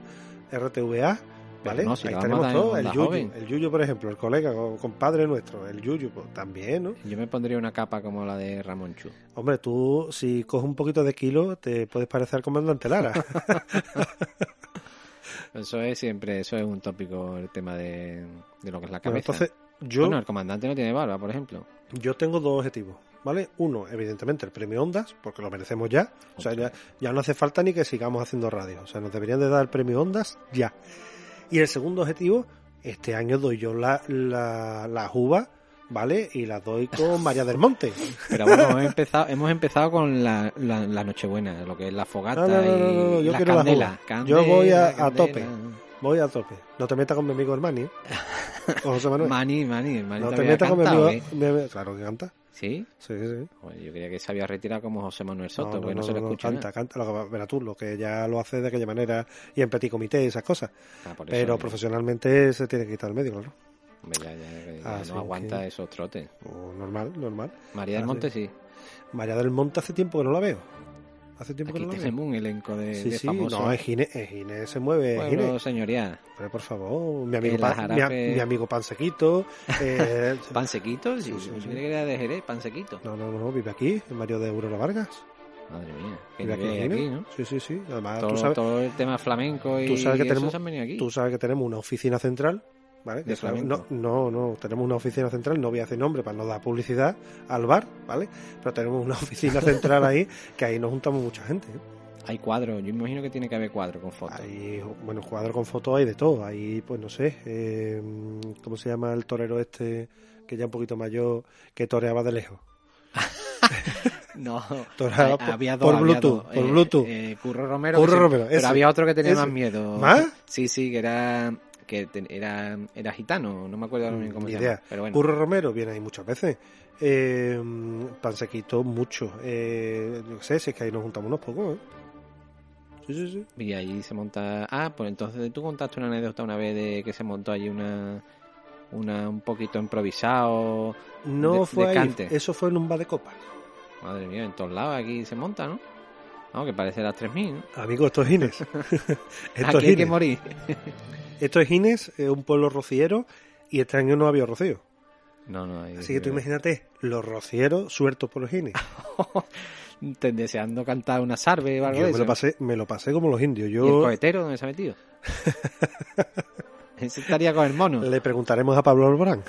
RTVA, ¿vale?
Pero no, si
Ahí
la vamos a
tenemos
dar
todo.
en
El
Onda
Yuyu,
Joven.
el Yuyu, por ejemplo, el colega, co- compadre nuestro, el Yuyu, pues, también, ¿no?
Yo me pondría una capa como la de Ramón Chu.
Hombre, tú, si coges un poquito de kilo, te puedes parecer al comandante Lara. Pues
Eso es siempre, eso es un tópico, el tema de, de lo que es la
bueno,
cabeza.
entonces, yo,
Bueno, el comandante no tiene barba, por ejemplo.
yo tengo dos objetivos, ¿vale? Uno, evidentemente, el premio Ondas, porque lo merecemos ya. O sea, ya, ya no hace falta ni que sigamos haciendo radio. O sea, nos deberían de dar el premio Ondas ya. Y el segundo objetivo, este año doy yo la, la, las uvas, ¿vale? Y las doy con María del Monte.
Pero bueno, hemos empezado, hemos empezado con la, la, la Nochebuena, lo que es la fogata
No, no, no, no, no,
y
yo
la
quiero la
candela.
uva. Yo voy a-
Candela,
a tope.
candela.
Voy a tope. No te metas con mi amigo Hermani. ¿eh? Con José Manuel.
Mani, Mani, el Mani
no te
todavía
metas con mi
canta,
amigo.
¿o qué?
mi amigo- Claro que canta.
¿eh? ¿Sí?
Sí, sí, sí.
Joder, yo creía que se había retirado como José Manuel Soto, porque no, se le escucha. ¿eh?
canta,
nada.
canta. Lo que, va- verá tú, lo que ya lo hace de aquella manera y en petit comité y esas cosas.
Ah, por eso,
Pero
hombre.
profesionalmente se tiene que quitar el medio, claro.
Hombre, ya, ya, ya
Así
no aguanta
que-
esos trotes.
O normal, normal.
María del
Así.
Monte sí.
María del Monte hace tiempo que no la veo. Hace tiempo
Aquí
que no la veo.
tenemos un elenco de,
Sí,
de
sí,
famosos.
no, es Gine, es Gine, se mueve, es
Pueblo,
Gine.
señoría.
Pero por favor, mi amigo,
Que la
pan, mi, a-
jarafe-
mi amigo Pansequito. eh,
¿Pansequito? Sí,
Sí, sí, sí.
Yo creía que era de Jerez, pansequito.
no, no, no, vive aquí, el Mario de Eurola Vargas.
Madre mía. Que
Vive aquí,
nivel hay
Gine.
aquí, ¿no?
Sí, sí, sí. Además,
Todo,
Ah, tú, sabes,
todo el tema flamenco y
tú sabes que
eso
tenemos-
se han venido aquí.
tú sabes que tenemos una oficina central. ¿Vale?
De
Que sabes- no,
flamenco.
no, no, tenemos una oficina central, no voy a hacer nombre para no dar publicidad al bar, ¿vale? Pero tenemos una oficina central ahí, que ahí nos juntamos mucha gente. ¿eh?
Hay cuadros, yo imagino que tiene que haber cuadros con fotos.
Hay, bueno, cuadro con fotos hay de todo. Hay, pues no sé, eh, ¿cómo se llama el torero este? Que ya un poquito mayor, que toreaba de lejos.
No,
Toraba
hay-
por-
había dos.
por
había
Bluetooth,
dos.
por Bluetooth.
eh, Curro Romero.
Curro
que se-
Romero, ese,
pero había otro que tenía
ese.
más miedo.
¿Más?
Sí, sí, que era que te- era, era gitano, no me acuerdo ahora bien cómo
Mm, Ni
se
idea.
llama. Pero bueno,
Curro Romero viene ahí muchas veces. Eh, Pansequito, mucho. Eh, no sé, si es que ahí nos juntamos unos pocos, ¿eh? Sí, sí, sí.
y ahí se monta... Ah, pues entonces tú contaste una anécdota una vez de que se montó allí una... una un poquito improvisado.
No
De-
fue
de
ahí,
Cante.
eso fue en un bar de copas.
Madre mía, en todos lados aquí se monta, ¿no? Vamos, que parece las 3.000, ¿no?
Amigo, esto es Gines. esto, es
Aquí hay que
Gines.
morir.
esto es Gines, eh, un pueblo rociero, y este año no había rocío.
Eh, No, no. ahí-
Así que tú imagínate los rocieros sueltos por los gines.
Te- deseando cantar una sarve o algo
Yo
de
me lo
eso.
pasé, me lo pasé como los indios.
¿Y el
Yo
cohetero dónde se ha metido? Ese estaría con el mono.
le preguntaremos a Pablo Alborán.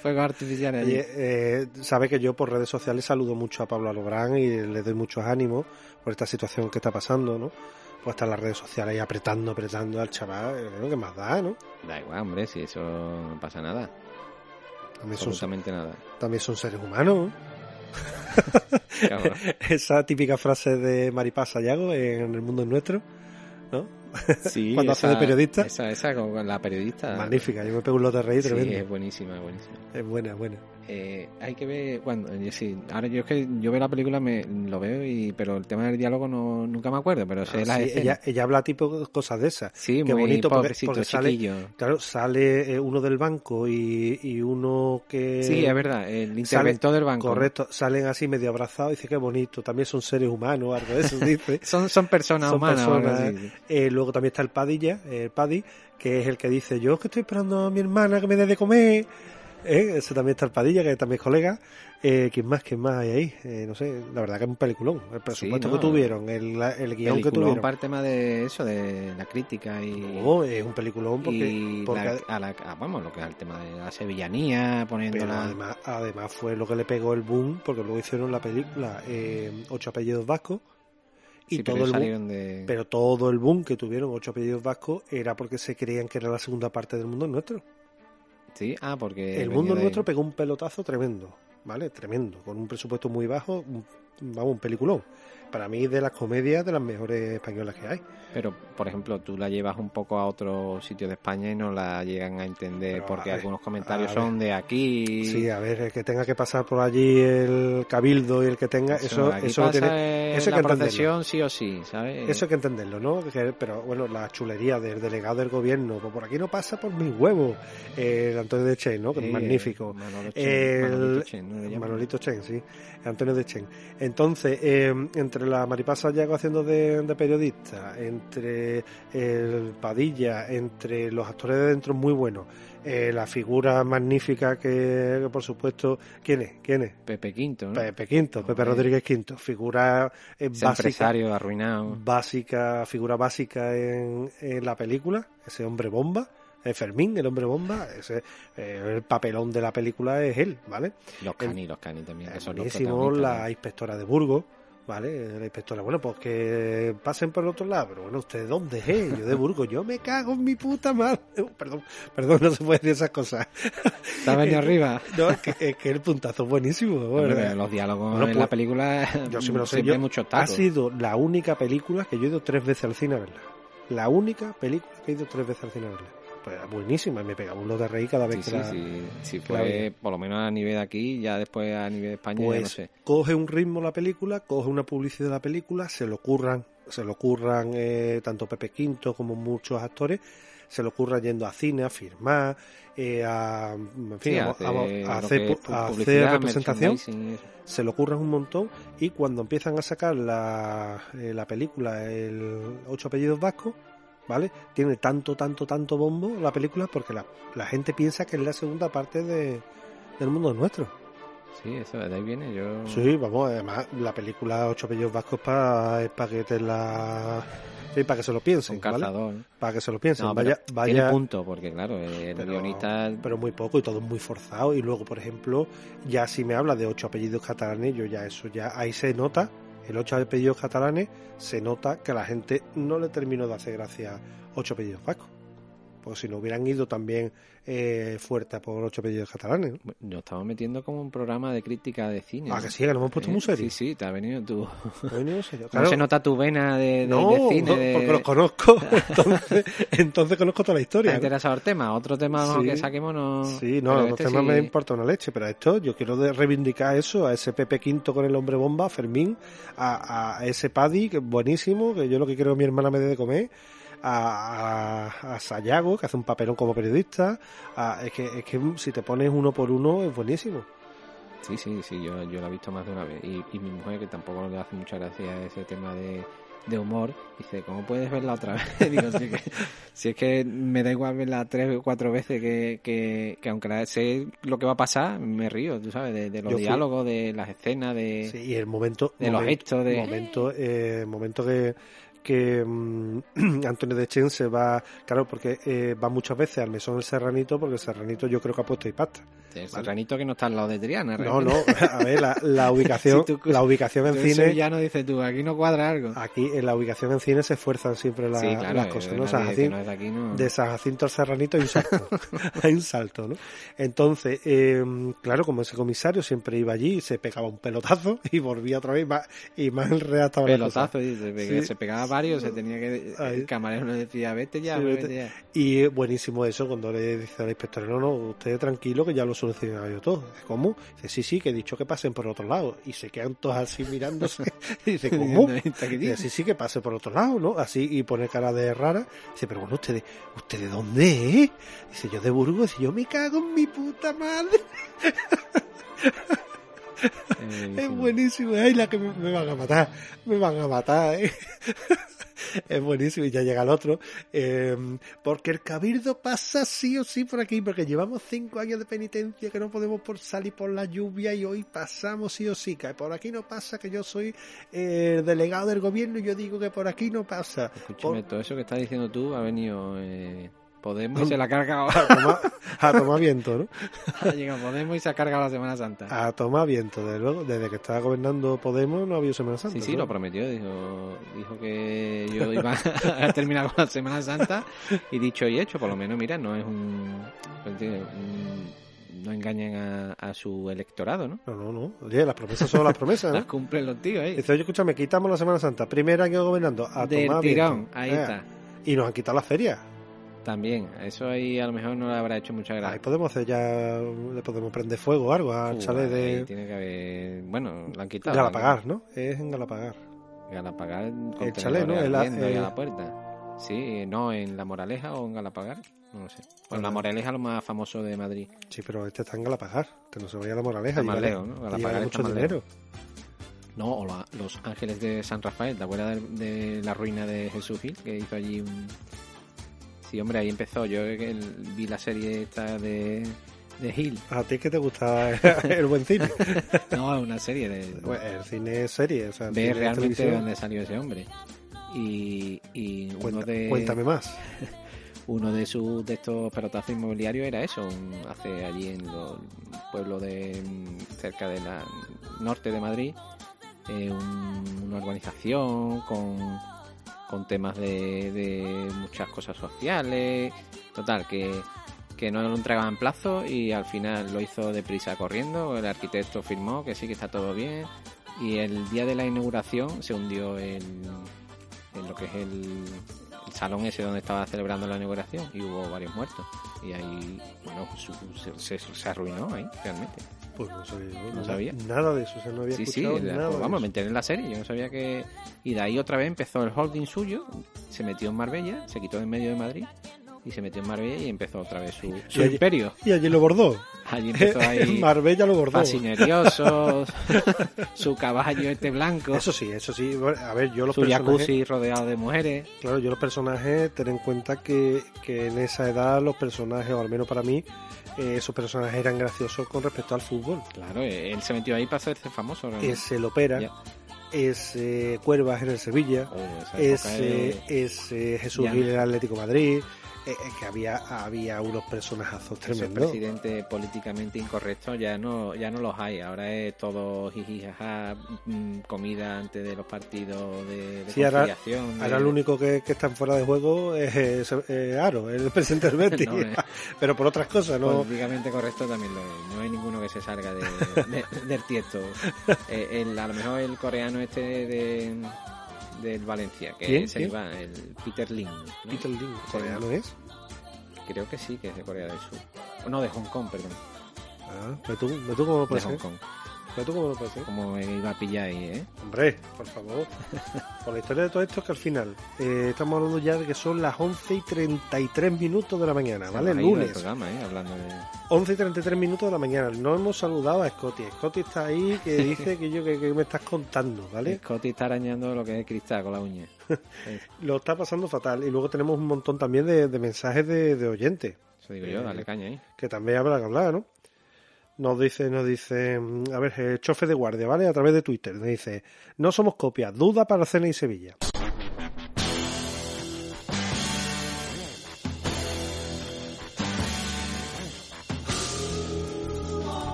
Fuegos artificiales allí.
Oye, eh, sabe que yo por redes sociales saludo mucho a Pablo Alborán y le doy muchos ánimos por esta situación que está pasando, ¿no? Pues está en las redes sociales ahí apretando, apretando al chaval, eh, lo que más da, ¿no?
Da igual, hombre, si eso no pasa nada.
También son,
Absolutamente nada.
también son seres humanos.
Cabrón.
Esa típica frase de Maripaz Sayago en El Mundo es Nuestro, ¿no?
Sí,
Cuando hace de periodista.
Esa, esa como la periodista.
Magnífica, yo me pego un lote de reír
Ah. Sí,
tremendo.
es buenísima, es buenísima.
Es buena, es buena.
Eh, hay que ver cuando eh, sí, ahora yo es que yo veo la película me lo veo y pero el tema del diálogo no nunca me acuerdo pero sé
Ah,
las
sí,
escenas.
ella, ella habla tipo cosas de esas.
sí
qué
muy
bonito, porque-
pobrecito
porque sale-
chiquillo.
Claro, sale eh, uno del banco y, y uno que...
sí es verdad el interventor del banco
Correcto, salen así medio abrazados y dice que bonito, también son seres humanos, algo de eso dice.
son son personas
Son
humanas o algo
personas,
así.
Eh, luego también está el Padilla, eh, el Paddy, que es el que dice, yo es que estoy esperando a mi hermana que me dé de comer. Eh, ese también está el Padilla, que también es colega. Eh, ¿Quién más? ¿Quién más hay ahí? Eh, no sé, la verdad que es un peliculón. El presupuesto
no,
que tuvieron, el, la- el guión que
Peliculón
tuvieron.
para el tema de eso de la crítica y
No, es un peliculón porque...
y
porque-
la- a la- a- vamos lo que es el tema de la sevillanía poniendo
Pero
la
además, además fue lo que le pegó el boom, porque luego hicieron la película eh, Ocho Apellidos Vascos. Y
sí, pero
todo el boom,
salieron de
Pero todo el boom que tuvieron ocho apellidos vascos era porque se creían que era la segunda parte del mundo nuestro.
sí ah porque
el
venía
mundo
de-
nuestro pegó un pelotazo tremendo, ¿vale? Tremendo, con un presupuesto muy bajo, un- vamos, un peliculón. Para mí de las comedias de las mejores españolas que hay.
Pero, por ejemplo, tú la llevas un poco a otro sitio de España y no la llegan a entender
Pero,
porque
a ver,
algunos comentarios
a
son de aquí.
Sí, a ver, el que tenga que pasar por allí el cabildo y el que tenga, eso,
aquí
eso, lo
pasa,
tiene-
eh,
eso hay
la
que entenderlo.
procesión sí o sí, ¿sabes?
eso hay que entenderlo, ¿no? Que- pero bueno, la chulería del delegado del gobierno, pues por aquí no pasa por mis huevos, el Antonio de Che, ¿no? Que
Eh,
es magnífico.
Manolo Chen, Manolito
El,
Chen, ¿no le llaman?
Manolito Chen, sí. Antonio de Chen. Entonces, eh, entre la Maripasa Yago haciendo de, de periodista, entre el Padilla, entre los actores de dentro muy buenos, eh, la figura magnífica que, que, por supuesto, ¿quién es? ¿Quién es?
Pepe Quinto, ¿no?
Pepe Quinto, Pepe
¿Mm? Hombre.
Rodríguez Quinto, figura eh,
Ese
básica
empresario arruinado.
básica, figura básica en, en la película, ese hombre bomba, eh, Fermín, el hombre bomba, ese eh, el papelón de la película es él, ¿vale?
Los
el-
cani, los cani también, que son los
Buenísimo,
protagonistas,
la
¿no?
inspectora de Burgos, ¿vale? La inspectora, bueno, pues que pasen por el otro lado, pero bueno, ¿usted dónde es? eh? Yo de Burgos, yo me cago en mi puta madre. Uh, Perdón, perdón, no se puede decir esas cosas.
Está venido arriba.
No, es que, es que el puntazo es buenísimo,
Hombre,
¿verdad?
los diálogos
Bueno,
en
pues,
la película
Yo sí me lo sé.
siempre
Yo-
hay muchos
ha
tacos.
sido la única película que yo he ido tres veces al cine a verla. La única película que he ido tres veces al cine a verla. Pues era buenísima, me pegaba un lote de reír cada vez que
Sí, sí,
la...
sí, sí,
que la
fue
veía.
por lo menos a nivel de aquí, ya después a nivel de España, ya
Pues
no sé.
coge un ritmo la película, coge una publicidad la película, se lo curran, se lo curran eh, tanto Pepe Quinto como muchos actores, se lo curran yendo a cine, a firmar, eh, a, en fin,
Sí,
a-
hace
a-
lo
a hacer
que es
pu-
pu-
a hacer
publicidad,
representación.
merchandising y eso.
se lo curran un montón y cuando empiezan a sacar la, eh, la película el ocho apellidos vascos vale tiene tanto tanto tanto bombo la película porque la, la gente piensa que es la segunda parte de, del mundo nuestro
Sí, eso, de ahí viene. Yo...
sí vamos además la película ocho apellidos vascos para es para que te la sí, para que se lo
Son
piensen ¿vale?
calzador.
para que se lo piensen
No,
vaya
pero tiene
vaya
punto, porque claro, el
Pero-
guionista.
pero muy poco y todo muy forzado y luego por ejemplo ya si me habla de ocho apellidos catalanes yo ya eso ya ahí se nota el ocho apellidos catalanes se nota que a la gente no le terminó de hacer gracia ocho apellidos vascos pues si no hubieran ido también eh, fuerte a por ocho apellidos catalanes ¿no?
Nos estamos metiendo como un programa de crítica de cine.
ah que sí que nos hemos puesto
Eh,
muy serios
Sí, sí, te ha venido tú.
Nos hemos puesto serios.
No
Claro,
se nota tu vena de, de-
no,
de cine.
no,
de-
porque los conozco entonces, entonces conozco toda la
Ah, ¿Te ha
historia ¿no?
interesado el tema? Otro tema no,
Sí.
que saquemos no.
Sí, no,
pero
los
este
temas
sí.
me importa una leche, pero esto yo quiero de- reivindicar eso, a ese Pepe Quinto con el hombre bomba, a Fermín, a, a ese Paddy, que es buenísimo, que yo lo que quiero es que mi hermana me dé de comer, a, a, a Sayago, que hace un papelón como periodista, a- es, que, es que si te pones uno por uno es buenísimo.
Sí, sí, sí, yo, yo la he visto más de una vez. Y, y mi mujer, que tampoco le hace mucha gracia ese tema de, de humor, dice, ¿cómo puedes verla otra vez? Digo, si, es que, si es que me da igual verla tres o cuatro veces, que, que, que aunque la- sé lo que va a pasar, me río, tú sabes, de, de los
Yo fui-
diálogos, de las escenas, de...
Sí, y el momento...
de los
momen-
gestos, de-
Momento, eh, momento que, que mm, Antonio de Chen se va, claro, porque eh, va muchas veces al mesón del Serranito, porque el Serranito yo creo que ha puesto y pasta.
El serranito que no está al lado de Triana.
No, no, a ver, la, la ubicación,
Si tú-
la ubicación en cine,
Ya no dices tú, aquí no cuadra algo.
aquí en la ubicación en cine se esfuerzan siempre la-
sí, claro,
las cosas,
eh,
¿no? San
nadie que
Jacinto-
no es de aquí, no.
de San Jacinto al Serranito hay un salto. hay un salto, ¿no? Entonces, eh, claro, como ese comisario siempre iba allí, se pegaba un pelotazo y volvía otra vez y más, y más enredado
pelotazo y se, pe-
Sí.
se pegaba varios, se tenía que eh,
Ay.
el camarero le decía, "Vete ya,
Sí,
vete,
vete.
ya."
Y eh, buenísimo eso cuando le dice al inspector, no, no, usted tranquilo que ya lo solucionaba yo todo. Dice, ¿cómo? Dice, sí, sí, que he dicho que pasen por otro lado. Y se quedan todos así mirándose. y dice, ¿cómo?
Está Eh, que
Y
dice.
así sí que pase por otro lado, ¿no? Así y pone cara de rara. Dice, pero bueno, ¿usted de, ¿usted de dónde es? Dice, yo de Burgos. Dice, yo me cago en mi puta madre.
Eh,
Es
sí.
buenísimo. Ay, la que me, me van a matar. Me van a matar, ¿eh? Es buenísimo. Y ya llega el otro. eh, porque el cabildo pasa sí o sí por aquí. Porque llevamos cinco años de penitencia que no podemos por salir por la lluvia y hoy pasamos sí o sí. Que por aquí no pasa, que yo soy eh, el delegado del gobierno y yo digo que por aquí no pasa.
Escúchame, todo eso que estás diciendo tú ha venido eh, Podemos y se la ha cargado.
a tomar, a tomar viento, ¿no?
Ha llegado Podemos y se ha cargado la Semana Santa.
A tomar viento, desde luego. Desde que estaba gobernando Podemos no ha habido Semana Santa.
Sí, sí,
¿no?
lo prometió. Dijo, dijo que yo iba a terminar con la Semana Santa y dicho y hecho, por lo menos, mira, no es un. un- No engañan a, a su electorado, ¿no?
No, no, no. Oye, las promesas son las promesas,
Las
¿no?
cumplen los tíos, ¿eh?
Dice, oye, escúchame, quitamos la Semana Santa. Primer año gobernando. A
Del
tomar
tirón,
viento.
ahí
Eh,
está.
Y nos han quitado la feria.
También, eso ahí a lo mejor no le habrá hecho mucha
Ahí
gracia.
podemos hacer ya. Le podemos prender fuego o algo al
Uh,
chalet
ahí
de
tiene que haber. Bueno, lo han quitado.
Galapagar, ¿no? Es en Galapagar.
Galapagar.
El chalet, ¿no? El- eh,
ahí
el-
a la puerta. Sí, no, en La Moraleja o en Galapagar. No lo sé. O en La
Vale.
Moraleja, lo más famoso de Madrid.
Sí, pero este está en Galapagar. Que no se vaya a la moraleja.
Está más
llevaré-
lejos, ¿no? Galapagar
llevaré
está
mucho
más
dinero.
No, o la- Los Ángeles de San Rafael. ¿Te acuerdas de, de la ruina de Jesús Gil? Que hizo allí un. Sí, hombre, ahí empezó. Yo el- vi la serie esta de, de Gil.
A ti que te gusta el buen cine.
No, una serie de.
Pues el cine es serie. O sea, el cine
ve
es
realmente
televisión.
dónde salió ese hombre. Y, y uno,
Cuenta-
de,
Cuéntame más.
uno de sus de estos pelotazos inmobiliarios era eso, un- hace allí en los pueblos de cerca de la norte de Madrid, eh, un- una urbanización con, con temas de, de muchas cosas sociales, total que que no lo entregaban plazo y al final lo hizo deprisa corriendo, el arquitecto firmó que sí que está todo bien y el día de la inauguración se hundió en, en lo que es el, el salón ese donde estaba celebrando la inauguración y hubo varios muertos y ahí bueno su- se, se- se arruinó ahí realmente
Pues no sabía, yo,
No
na-
sabía.
Nada de eso, o sea, no había
sí sí
escuchado
la-
nada.
pues
de
vamos
eso.
me enteré en la serie yo no sabía que y de ahí otra vez empezó el holding suyo se metió en Marbella se quitó de en medio de Madrid y se metió en Marbella y empezó otra vez su, su
Y allí-
imperio
Y allí lo bordó.
Allí empezó ahí
Marbella lo bordó.
fascineriosos, su caballo este blanco,
Eso sí, eso sí. bueno, A ver, yo los
su
personajes,
jacuzzi rodeado de mujeres.
claro, yo los personajes, ten en cuenta que, que en esa edad los personajes, o al menos para mí, eh, esos personajes eran graciosos con respecto al fútbol.
Claro, eh, él se metió ahí para hacerse famoso. realmente.
Es el Opera,
Mm. Ya.
es eh, Cuervas en el Sevilla,
Oh, esa
es,
época
eh,
de-
es eh, Jesús
Ya.
Gil en el Atlético de Madrid. eh, es que había, había unos personajazos
esos
tremendos.
presidentes políticamente incorrectos ya no ya no los hay. Ahora es todo jiji, jaja, mm, comida antes de los partidos de, de
Sí, ahora-
conciliación,
Ahora
de-
el único que, que está en fuera de juego es, eh, se- eh, Aro, el presidente del Betis.
No, eh.
Pero por otras cosas, ¿no?
Políticamente correcto también lo es. No hay ninguno que se salga de, de- del tiesto. Eh, el- a lo mejor el coreano este de, del Valencia, que
¿Quién?
se
¿Quién?
iba, el Peter Lin. ¿no?
Peter Lim, coreano es.
Creo que sí, que es de Corea del Sur. O No, de Hong Kong, perdón.
Ah, ¿pero tú, pero tú cómo lo
De
puedes
Hong
ser?
Kong.
¿Pero tú cómo lo puedes ser?
Como me iba a pillar ahí, ¿eh?
Hombre, por favor. Por la historia de todo esto, que al final eh, estamos hablando ya de que son las 11 y 33 minutos de la mañana,
Se
Ah, ¿vale?
nos ha ido El
Lunes,
programa, ¿eh? Hablando de...
11 y 33 minutos de la mañana. No hemos saludado a Scotty. Scotty está ahí que dice que yo que, que me estás contando, ¿vale?
Scotty está arañando lo que es el cristal con la uña.
Lo está pasando fatal. Y luego tenemos un montón también de, de mensajes de, de oyentes.
Eso digo yo, dale caña ahí.
que también habrá que hablar, ¿no? Nos dice, nos dice, mm, a ver, eh, chofe de guardia, ¿vale? A través de Twitter, nos dice, no somos copias, duda para Cena y Sevilla.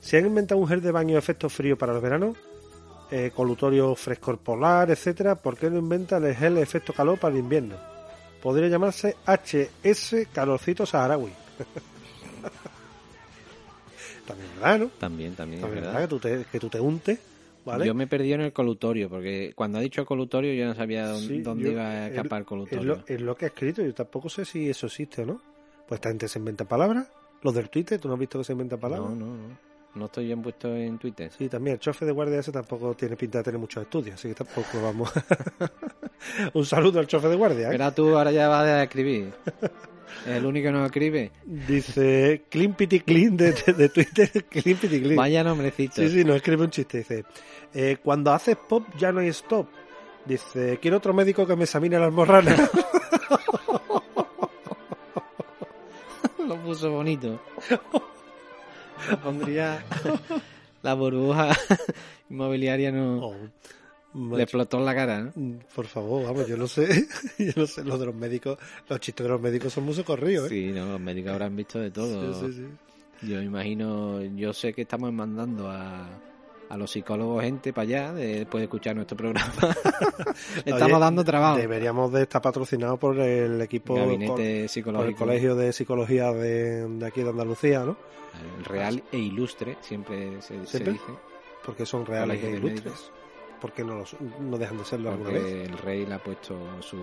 Si han inventado un gel de baño de efecto frío para los veranos, eh, colutorio frescor polar, etcétera, ¿por qué no inventan el gel de efecto calor para el invierno? Podría llamarse HS Calorcito Saharaui. También, ¿verdad, no?
También, también, es
También,
verdad.
¿verdad? Que tú te, que tú te untes, ¿vale?
Yo me perdí en el colutorio, porque cuando ha dicho colutorio yo no sabía dónde,
Sí,
dónde
yo-
iba a
es-
escapar
Es
colutorio.
lo, es lo que ha escrito, yo tampoco sé si eso existe o no. Pues esta gente se inventa palabras. Los del Twitter, ¿tú no has visto que se inventan palabras?
no, no, no. No estoy bien puesto en Twitter.
Sí, también el chofe de guardia ese tampoco tiene pinta de tener muchos estudios, así que tampoco vamos. Un saludo al chofe de guardia. ¿eh?
Espera tú, ahora ya vas a escribir. Es el único que no escribe.
Dice Climpity Clean de, de- de Twitter, Climpity Clean.
Vaya nombrecito.
Sí, sí, nos escribe un chiste. Dice: eh, Cuando haces pop ya no hay stop. Dice: Quiero otro médico que me examine las morranas.
Lo puso bonito. Pondría la burbuja inmobiliaria no.
Oh,
Le
macho.
explotó en la cara, ¿no?
Mm, Por favor, vamos, yo no sé. Yo no sé, los de los médicos, los chistes de los médicos son muy socorridos, ¿eh?
Sí, no, los médicos habrán visto de todo.
sí, sí.
Yo imagino, yo sé que estamos mandando a, a los psicólogos gente para allá de- después de escuchar nuestro programa. Le estamos
Oye,
dando trabajo.
Deberíamos de estar patrocinados por el equipo, por,
Ah. Gabinete
por el
psicológico.
Colegio de Psicología de, de aquí de Andalucía, ¿no?
Real e ilustre, siempre se, se
¿Siempre?
dice.
Porque son reales
Colegio
e
de
ilustres. Porque no, los- no dejan de serlo alguna vez.
Porque el rey le ha puesto su...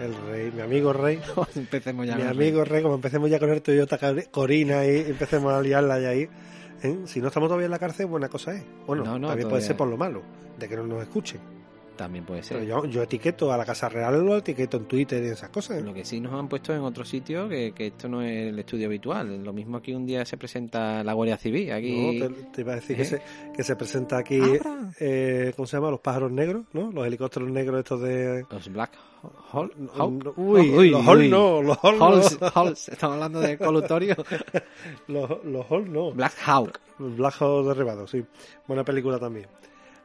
El rey, mi amigo rey,
Empecemos ya
mi
con el
amigo rey, como empecemos ya con el Toyota Cari- Corina y empecemos a liarla ya ahí. ¿eh? Si no estamos todavía en la cárcel, buena cosa es. Bueno,
No, no,
también puede
todavía.
ser por lo malo, de que no nos escuchen.
rey. También puede ser.
Pero yo, yo etiqueto a la Casa Real, lo etiqueto en Twitter y esas cosas. ¿eh?
Lo que sí nos han puesto en otro sitio, que, que esto no es el estudio habitual. Lo mismo que un día se presenta la Guardia Civil. Aquí...
No, te, te iba a decir que,
¿Eh?
se, que se presenta aquí,
Abra.
eh, ¿cómo se llama? Los pájaros negros, ¿no? Los helicópteros negros estos de...
Los Black Hawk.
No, uy, los Hall no, los Hall no,
Halls, Halls. Estamos hablando de colutorio.
los, los Hall no.
Black Hawk.
Black Hawk derribado, sí. Buena película también.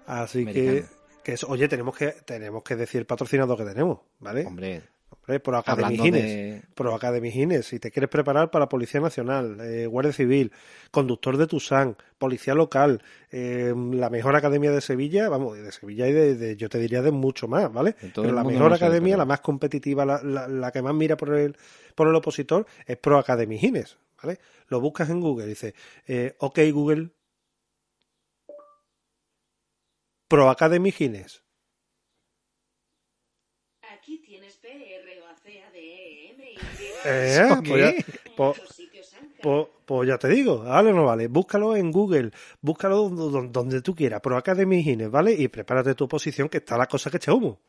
Así que,
Americana.
que eso, oye, tenemos que tenemos que decir el patrocinador que tenemos, ¿vale?
Hombre,
Hombre, por Academy
hablando
Gines.
de...
Pro Academy Gines, si te quieres preparar para Policía Nacional, eh, Guardia Civil, conductor de Tucson, policía local, eh, la mejor academia de Sevilla, vamos, de Sevilla y de, de- yo te diría de mucho más, ¿vale?
De todo
Pero
el
la
mundo
mejor
no sé,
academia,
pero-
la más competitiva, la, la- la que más mira por el, por el opositor, es Pro Academy Gines, ¿vale? Lo buscas en Google, dice, eh, ok Google, Pro Academy Gines.
Aquí tienes P-R-O-A-C-A-D-E-M-Y.
Eh,
¿Eso
pues ya-
qué?
pues-
Muchos E sitios han cambiado.
Pues, pues ya te digo, vale o no vale, búscalo en Google, búscalo don- don- donde, tú quieras, pero acá de mis Gines, ¿vale? Y prepárate tu oposición que está la cosa que echa humo.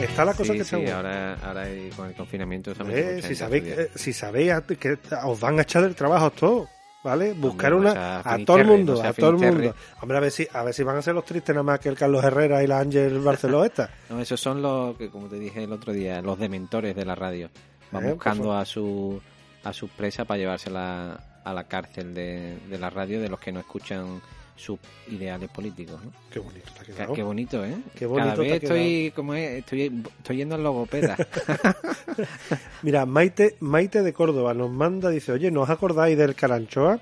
Está la cosa
Sí,
que echa
sí,
humo.
ahora, ahora hay- con el confinamiento... se ha metido
Eh,
mucha
si
gente
sabéis,
a estudiar.
eh, si sabéis a- que os van a echar del trabajo a todos, ¿vale? Buscar
Hombre,
una a
no sea
todo el
finisterre,
mundo,
no sea
a todo el
finisterre.
mundo. Hombre, a ver si a ver si van a ser los tristes nada más que el Carlos Herrera y la Ángel Barceló esta.
No, esos son los que, como te dije el otro día, los dementores de la radio. Van
Eh, por
buscando
favor.
a su a sus presas para llevársela a la cárcel de, de la radio de los que no escuchan sus ideales políticos. ¿no?
Qué bonito te ha
Qué-
quedado.
Qué bonito, ¿eh?
Qué bonito
Cada
te
vez
ha quedado.
estoy, como es, estoy, estoy yendo al logopeda.
Mira, Maite, Maite de Córdoba nos manda, dice, oye, ¿no os acordáis del Caranchoa?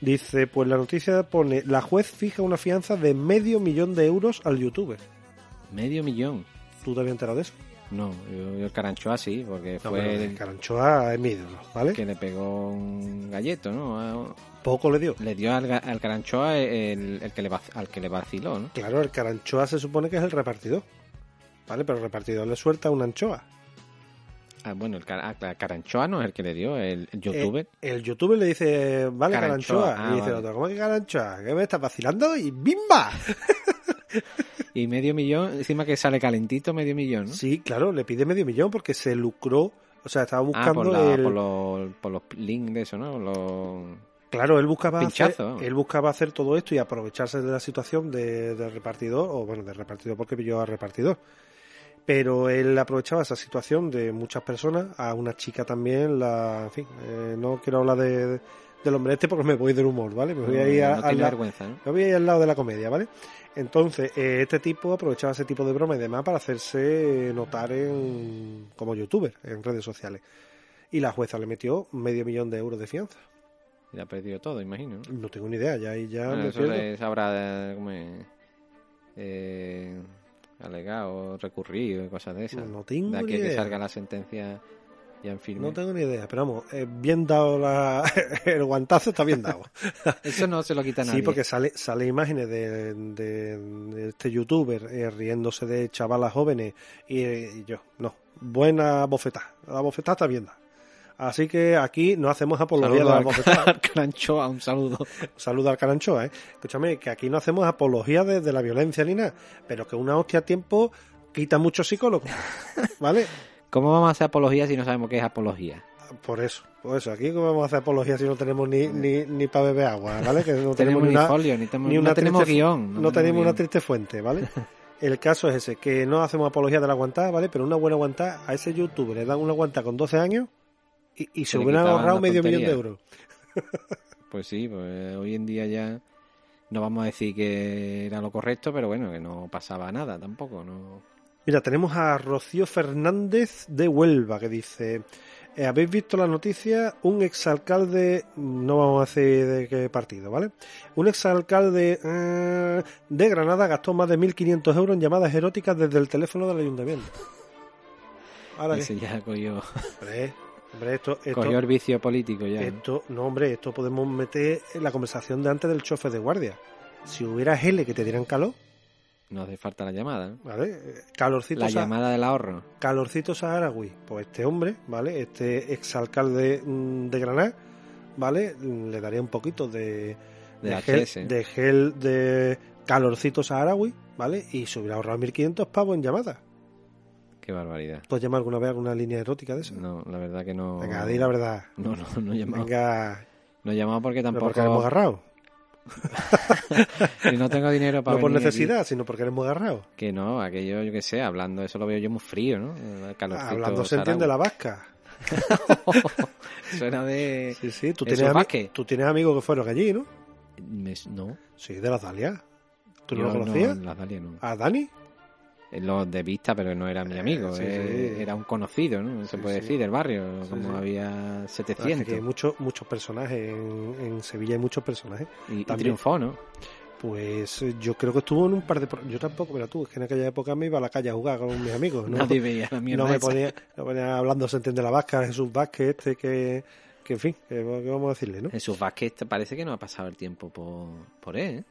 Dice, pues la noticia pone, la juez fija una fianza de medio millón de euros al youtuber.
Medio millón.
¿Tú te habías enterado de eso?
No, yo, yo el caranchoa sí, porque
No, pero
fue
el
el
Caranchoa es mi ídolo, ¿vale?
que le pegó un galleto, ¿no? A-
Poco le dio.
Le dio al, ga- al caranchoa el, el que le, vac- al que le vaciló, ¿no?
Claro, el Caranchoa se supone que es el repartidor, ¿vale? Pero el repartidor le suelta una anchoa.
Ah, bueno, el, cara- ah, claro, Caranchoa no es el que le dio, el el youtuber.
Eh, el youtuber le dice, vale,
Caranchoa.
Caranchoa.
Ah,
y dice, el
vale.
otro, ¿cómo que Caranchoa? ¿Qué me estás vacilando? Y ¡bimba!
Y medio millón, encima que sale calentito, medio millón, ¿no?
Sí, claro, le pide medio millón porque se lucró. O sea, estaba
ah,
buscando
por, la-
el...
por los, por los links de eso, ¿no? Los-
Claro, él buscaba,
Pinchazo, vamos.
hacer, él buscaba hacer todo esto y aprovecharse de la situación de- del repartidor, o bueno, del repartidor porque pilló al repartidor. Pero él aprovechaba esa situación de muchas personas, a una chica también, la, en fin, eh, no quiero hablar de, del hombre este porque me voy del humor, ¿vale? Me voy a ir a-
eh, no
al
tiene
la-
vergüenza, ¿no?
me voy a ir al lado de la comedia, ¿vale? Entonces, eh, este tipo aprovechaba ese tipo de broma y demás para hacerse notar en, como youtuber en redes sociales. Y la jueza le metió medio millón de euros de fianza.
Y ha perdido todo, imagino. ¿no?
No tengo ni idea, ya ahí ya
Bueno,
me
eso
pierdo.
le sabrá eh, cómo es, eh, alegado, recurrir, cosas de esas.
No tengo
de aquí
ni
a que
idea.
salga la sentencia ya en firme.
No tengo ni idea, pero vamos, eh, bien dado la- el guantazo, está bien dado.
Eso no se lo quita nadie.
Sí, porque sale, sale imágenes de, de- de este youtuber eh, riéndose de chavalas jóvenes y, eh, y yo, no, buena bofetada, la bofetada está bien dada. Así que aquí no hacemos apología
Saludo
de la
al
bofetada.
Caranchoa, un saludo.
Saluda al Caranchoa, ¿eh? Escúchame, que aquí no hacemos apología de, de la violencia ni nada, pero que una hostia a tiempo quita muchos psicólogos, ¿vale?
¿Cómo vamos a hacer apología si no sabemos qué es apología?
Por eso, por eso. Aquí cómo vamos a hacer apología si no tenemos ni, ni, ni para beber agua, ¿vale? Que no
No tenemos ni
una-
folio, ni, temo-
ni
no
una
tenemos
triste-
guión.
no tenemos una
guión.
triste fuente, ¿vale? El caso es ese, que no hacemos apología de la aguantada, ¿vale? Pero una buena aguantada, a ese youtuber le dan una aguantada con 12 años y, y se
le
hubieran
quitaban
ahorrado
la
medio millón de
tontería.
euros.
Pues sí, pues hoy en día ya no vamos a decir que era lo correcto, pero bueno, que no pasaba nada tampoco. No,
Mira, tenemos a Rocío Fernández de Huelva que dice, eh, ¿habéis visto la noticia? Un exalcalde, no vamos a decir de qué partido, ¿vale? Un exalcalde eh, de Granada gastó más de 1.500 euros en llamadas eróticas desde el teléfono del ayuntamiento. Ahora
ese
que...
ya cogió,
Hombre, hombre, esto... esto-
cogió el vicio político ya. ¿no?
Esto, no, hombre, esto podemos meter en la conversación de antes del chofer de guardia. Si hubiera gel que te dieran calor,
No hace falta la llamada. ¿no?
¿vale? Eh, Calorcito,
La
sa-
llamada del ahorro.
calorcito saharaui. Pues este hombre, ¿vale? Este exalcalde mm, de Granada, ¿vale? Mm, Le daría un poquito de,
De
gel,
HS.
de gel de calorcito saharaui, ¿vale? Y se hubiera ahorrado 1.500 pavos en llamadas.
Qué barbaridad.
¿Tú has llamado alguna vez a alguna línea erótica de eso?
No, la verdad que no.
Venga, di la verdad.
No, no, no he llamado.
Venga,
No he llamado porque
no porque hemos
tampoco.
agarrado.
si no tengo dinero para.
No por
venir aquí-
necesidad, sino porque hemos agarrado.
que no, aquello, yo qué sé, hablando, eso lo veo yo muy frío, ¿no? El calorcito
Hablando se entiende la
Saragua.
vasca.
Suena de.
Sí, sí, tú
¿Eso
tienes, ami-
vasque?
tú tienes amigos que fueron allí, ¿no?
me- No.
Sí, de las Dalias. ¿Tú no
Yo
lo conocías?
las Dalias no.
¿A Dani?
Los de vista, pero no era mi
Eh,
amigo.
sí,
eh,
sí.
Era un conocido, ¿no? Se
Sí,
puede
sí.
decir, del barrio.
Sí,
como
sí.
había
Es que hay
700.
muchos, muchos personajes. En, en Sevilla hay muchos personajes.
Y, y
también.
triunfó, ¿no?
Pues eh, yo creo que estuvo en un par de. pro- Yo tampoco, pero tú, es que en aquella época me iba a la calle a jugar con mis amigos. No,
Nadie veía la mierda.
no me
esa.
ponía, no ponía hablando se entiende la vasca, Jesús Vázquez, este que. Que en fin, que, que vamos a decirle, ¿no?
Jesús Vázquez te parece que no ha pasado el tiempo por, por él. ¿eh?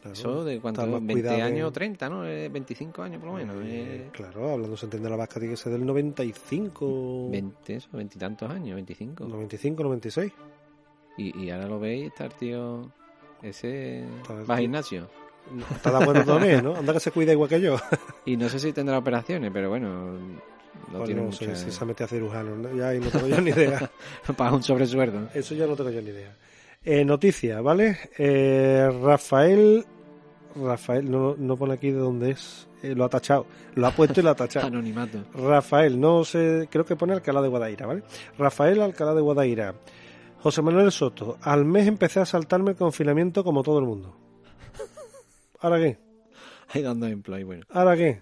Claro,
Eso de cuánto,
está más
20
cuidado
años,
en-
30, ¿no? Eh, 25 años por lo menos.
Eh,
eh,
Claro, hablando se entiende la vasca, tiene que ser del 95.
20, eso, 20 y tantos años, 25.
95, 96.
Y, y ahora lo veis, está el tío ese...
Está el
Va a
tío.
gimnasio.
No, está de acuerdo también, ¿no? Anda que se cuida igual que yo.
Y no sé si tendrá operaciones, pero bueno... No
Pues
tiene
no
mucha...
sé si se mete a cirujano, ¿no? ya ahí no tengo yo ni idea.
Para un sobresueldo.
Eso ya no tengo yo ni idea. Eh, noticia, ¿vale? Eh, Rafael. Rafael, no, no pone aquí de dónde es. Eh, lo ha tachado. Lo ha puesto y lo ha
Ah,
tachado.
Anonimato.
Rafael, no sé, creo que pone Alcalá de Guadaira, ¿vale? Rafael Alcalá de Guadaira. José Manuel Soto, al mes empecé a saltarme el confinamiento como todo el mundo. ¿Ahora qué?
Ahí dando empleo, bueno.
¿Ahora qué?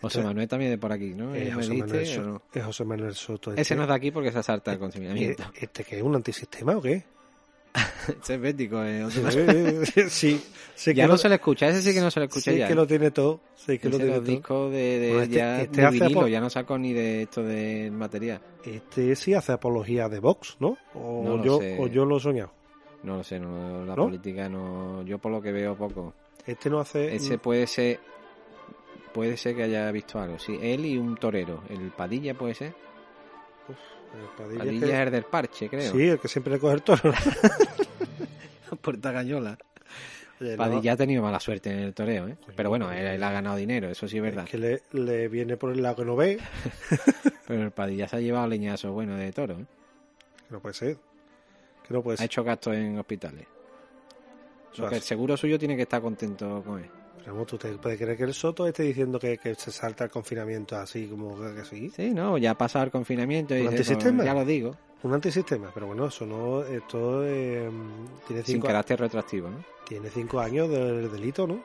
José Manuel también de por aquí, ¿no?
Este- Eh,
¿Me
José
diste
Manuel
o
Soto.
no?
es José Manuel Soto.
Ese
este-
no es de aquí porque se asalta el
Eh,
confinamiento.
¿Este que es un antisistema o qué?
Ese es bético, eh, José
Sí,
Manuel.
sí, sí
Ya
que
no
lo,
se le escucha, ese sí que no se le escucha
sí
ya. ¿eh?
que lo tiene todo. Sí que
Ese
lo tiene
los
todo.
discos de, de-
Bueno, este-
ya
este
de
hace
vinilo,
apo-
ya no saco ni de esto de material.
Este sí hace apología de Vox, ¿no? O,
No lo
yo,
sé.
o yo lo he soñado.
No lo sé, no, la
¿No?
política no, yo por lo que veo poco.
Este no hace.
Ese puede ser, puede ser que haya visto algo. Sí, él y un torero, el Padilla puede ser.
el Padilla
Padilla
que-
es el del parche, creo.
Sí, el que siempre le coge el toro.
Puerta Gallola.
Oye, no,
Padilla ha tenido mala suerte en el toreo, ¿eh? Pero bueno, él, él ha ganado dinero, eso sí es verdad.
Que le, le viene por el lado que no ve. Que
Pero el Padilla se ha llevado leñazo bueno de toro, ¿eh?
no puede ser. Que no puede
Ha
ser.
hecho gastos en hospitales.
Eso
Lo que el
Pues hace.
seguro suyo tiene que estar contento con él.
Pero vamos, ¿tú te puedes creer que el Soto esté diciendo que, que se salta el confinamiento así como que, que sí?
Sí, no, ya ha pasado el confinamiento
¿Un
y dice,
antisistema?
"Pues, ya lo digo.
Un antisistema, pero bueno, eso no. Esto eh, tiene,
Sin
cinco,
carácter retroactivo, ¿no?
tiene cinco años del delito, ¿no?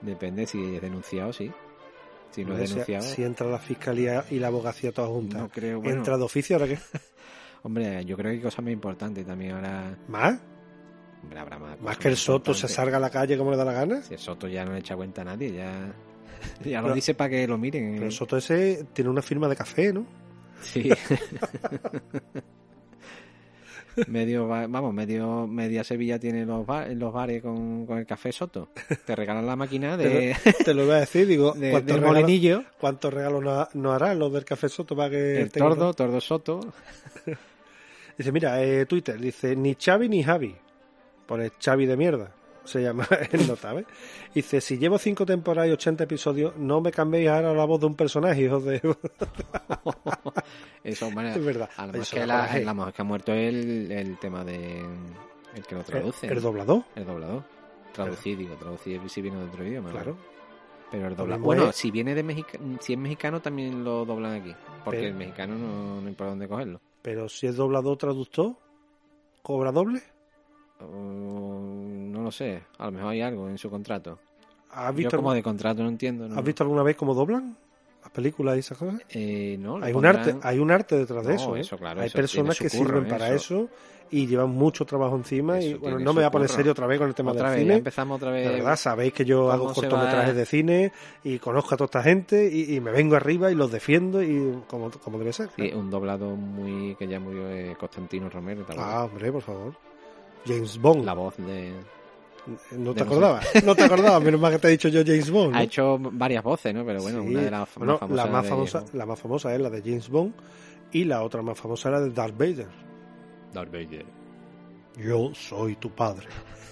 Depende si es denunciado, sí. Si no
Hombre,
es
si-
denunciado,
Si, entra la fiscalía y la abogacía todas juntas.
no creo. Pues Bueno,
Entra de oficio, ahora que.
Hombre, yo creo que hay cosas más importantes también ahora.
¿Más?
hombre, habrá más.
¿Más
cosas
que el
más
Soto se
importantes.
salga a la calle como le da la gana?
Si el Soto ya no le echa cuenta a nadie, ya. Ya lo
Pero-
dice para que lo miren. ¿eh?
Pero el Soto ese tiene una firma de café, ¿no?
Sí. medio ba- vamos, medio media Sevilla tiene los ba- los bares con, con el café Soto. Te regalan la máquina de,
Te lo iba a decir, digo,
de-
¿cuántos,
del
regalos,
molinillo,
cuántos regalos no, ha- no harán los del café Soto para que
el
tenga-
tordo, tordo Soto.
Dice, mira, eh, Twitter, dice, ni Xavi ni Javi. Pone Xavi de mierda. Se llama el notable. Dice, si llevo cinco temporadas y 80 episodios, no me cambiéis ahora la voz de un personaje, hijos de...
Eso, bueno,
es verdad.
a lo
Eso
mejor que,
da
la,
coraje.
la mujer que ha muerto es el, el tema de el que lo traduce.
El, el doblador,
el doblador. Traducir, digo, traducir si viene de otro idioma.
claro. pues-
Pero el
Lo
doblador.
mismo
Bueno,
es-
si viene de Mexica... si es mexicano también lo doblan aquí. Porque
Pero-
el mexicano no, no hay por dónde cogerlo.
Pero si es doblador, traductor, cobra doble.
Uh, no lo sé, a lo mejor hay algo en su contrato.
¿Has
Yo
visto,
como de contrato no entiendo. No,
¿has visto alguna vez cómo doblan las películas y esas cosas?
Eh, no, lo
Hay un,
pondrán-
arte, hay un arte detrás de
No,
eso. ¿eh?
eso, claro,
hay
eso
personas que
tiene su curro,
sirven
¿eh?
para
Eso-
eso. y llevan mucho trabajo encima. y
Eso
bueno,
tiene
no me
su
voy a poner
curro.
serio otra vez con el tema del
otra vez, ya
cine.
empezamos otra vez.
La verdad, sabéis que yo hago
¿Cómo se
cortometrajes
va?
de cine y conozco a toda esta gente y, y me vengo arriba y los defiendo y como, como debe ser.
Sí, un doblado muy que ya murió eh, Constantino Romero. ¿te acuerdas?
Ah, hombre, por favor. James Bond.
La voz de...
No
de
te
no sé.
acordabas. No te acordabas, menos mal que te he dicho yo James Bond.
Ha
pues ¿no?
hecho varias voces, ¿no? Pero bueno,
Sí.
una de las
Bueno,
más famosas.
la más
de-
famosa, la más famosa es la de James Bond y la otra más famosa era de Darth Vader.
Darth Vader.
Yo soy tu padre.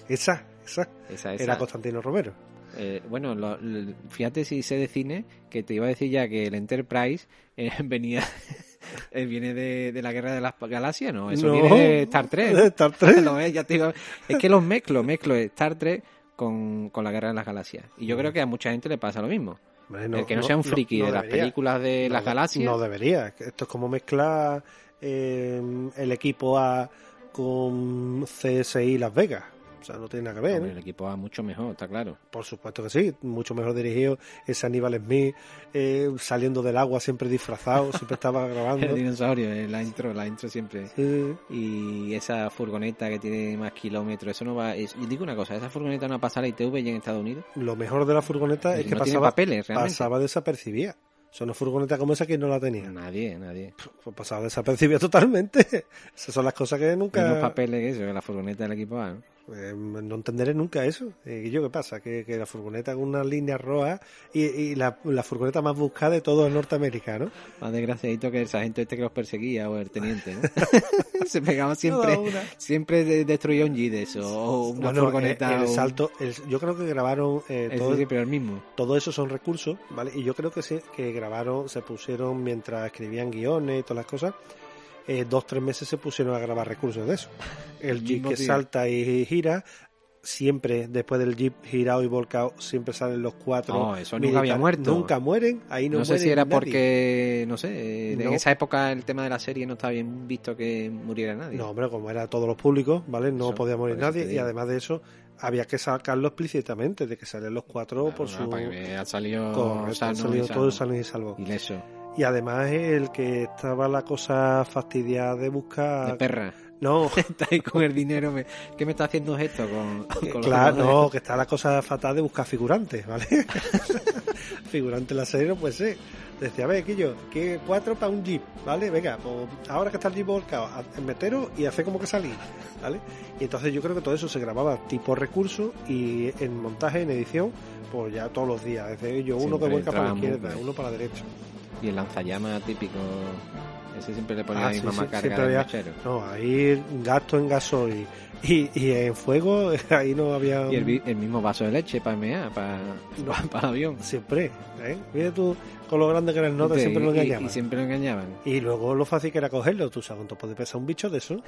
Esa, esa,
Esa, esa.
era Constantino Romero.
Eh, bueno, lo- lo- fíjate si sé de cine, que te iba a decir ya que el Enterprise eh, venía eh, viene de, de la Guerra de las Galaxias, ¿no? Eso
No.
viene de Star
De
Trek.
Star Trek.
Lo ves, ya te digo. es que los mezclo, mezclo Star Trek con, con la Guerra de las Galaxias. Y yo creo que a mucha gente le pasa lo mismo.
Hombre, no,
el que no, sea un friki
no
de las
debería.
películas de
No
las
de-
Galaxias.
No debería. Esto es como mezclar eh, el equipo A con CSI Las Vegas. O sea, no tiene nada que ver. ¿eh?
Hombre,
¿no?
el equipo va mucho mejor, está claro.
Por supuesto que sí. Mucho mejor dirigido ese Aníbal Smith eh, saliendo del agua siempre disfrazado, siempre estaba
El
grabando.
dinosaurio, eh, la intro, la intro siempre.
Sí.
y esa furgoneta que tiene más kilómetros, eso no va. es- yo digo una cosa, esa furgoneta no va a pasar la ITV ya en Estados Unidos.
Lo mejor de la furgoneta es
no
que
tiene
pasaba,
papeles, realmente.
pasaba desapercibida. O sea, una furgoneta como esa que no la tenía.
Nadie, nadie.
Pues pasaba desapercibida totalmente. Esas son las cosas que nunca...
Menos papeles que eso, que la furgoneta del equipo A. ¿no?
Eh, no entenderé nunca eso. Eh, ¿Y yo qué pasa? Que, que la furgoneta con una línea roja y, y la, la furgoneta más buscada de todo Norteamérica, ¿no?
Más desgraciadito que el sargento este que los perseguía o el teniente, ¿no? Se pegaba siempre,
Toda una.
siempre de- destruía un Jeep de eso, o una
Bueno,
furgoneta.
eh, el,
o un-
salto, el- yo creo que grabaron eh,
Es
todo,
decir, pero el mismo.
todo eso son recursos, ¿vale? Y yo creo que se, que grabaron, se pusieron mientras escribían guiones y todas las cosas. eh, dos tres meses se pusieron a grabar recursos de eso. El
El
jeep
mismo
que
tío.
salta y gira, siempre después del jeep girado y volcado, siempre salen los cuatro.
No, eso nunca había
militares.
muerto.
Nunca mueren, ahí no,
No, sé si
muere
era
nadie.
porque, no sé, en
No.
esa época el tema de la serie no estaba bien visto que muriera nadie.
No, hombre, como era todos los públicos, ¿vale? No
Eso,
podía morir
por eso te
nadie y
digo.
además de eso había que sacarlo explícitamente, de que salían los cuatro
Claro,
por
no,
su...
para que ha salido
Correcto,
sano
han
y
salido
sano.
todos sanos y salvos.
Ileso,
Y además el que estaba la cosa fastidiada de buscar...
de perra.
No,
Está ahí con el dinero. me- ¿Qué me está haciendo esto? Con, con los
claro,
demás?
no, que está la cosa fatal de buscar figurantes, ¿vale? figurantes en la serie no puede ser. Decía, a ver, Quillo, que cuatro para un jeep, ¿vale? Venga, pues ahora que está el jeep volcado, a- meteros y hacer como que salí, ¿vale? Y entonces yo creo que todo eso se grababa tipo recurso y en montaje, en edición, pues ya todos los días. Desde yo uno que
Siempre
vuelca para la
entraba muy
izquierda,
bien.
uno para la derecha.
Y el lanzallamas típico. Ese siempre le ponía
Ah,
la
sí,
misma
sí,
carga
siempre
del
había-
mechero.
No, ahí gasto en gasoil y, y en fuego, ahí no había...
Y el, vi- el mismo vaso de leche para MEA, para,
No.
para, el avión.
Siempre, ¿eh? Mira tú con lo grande que eres nota,
Entonces,
siempre lo
y- y-
engañaban.
Y,
Y,
siempre lo engañaban.
luego lo fácil que era cogerlo, tú sabes cuánto puede pesar un bicho de eso.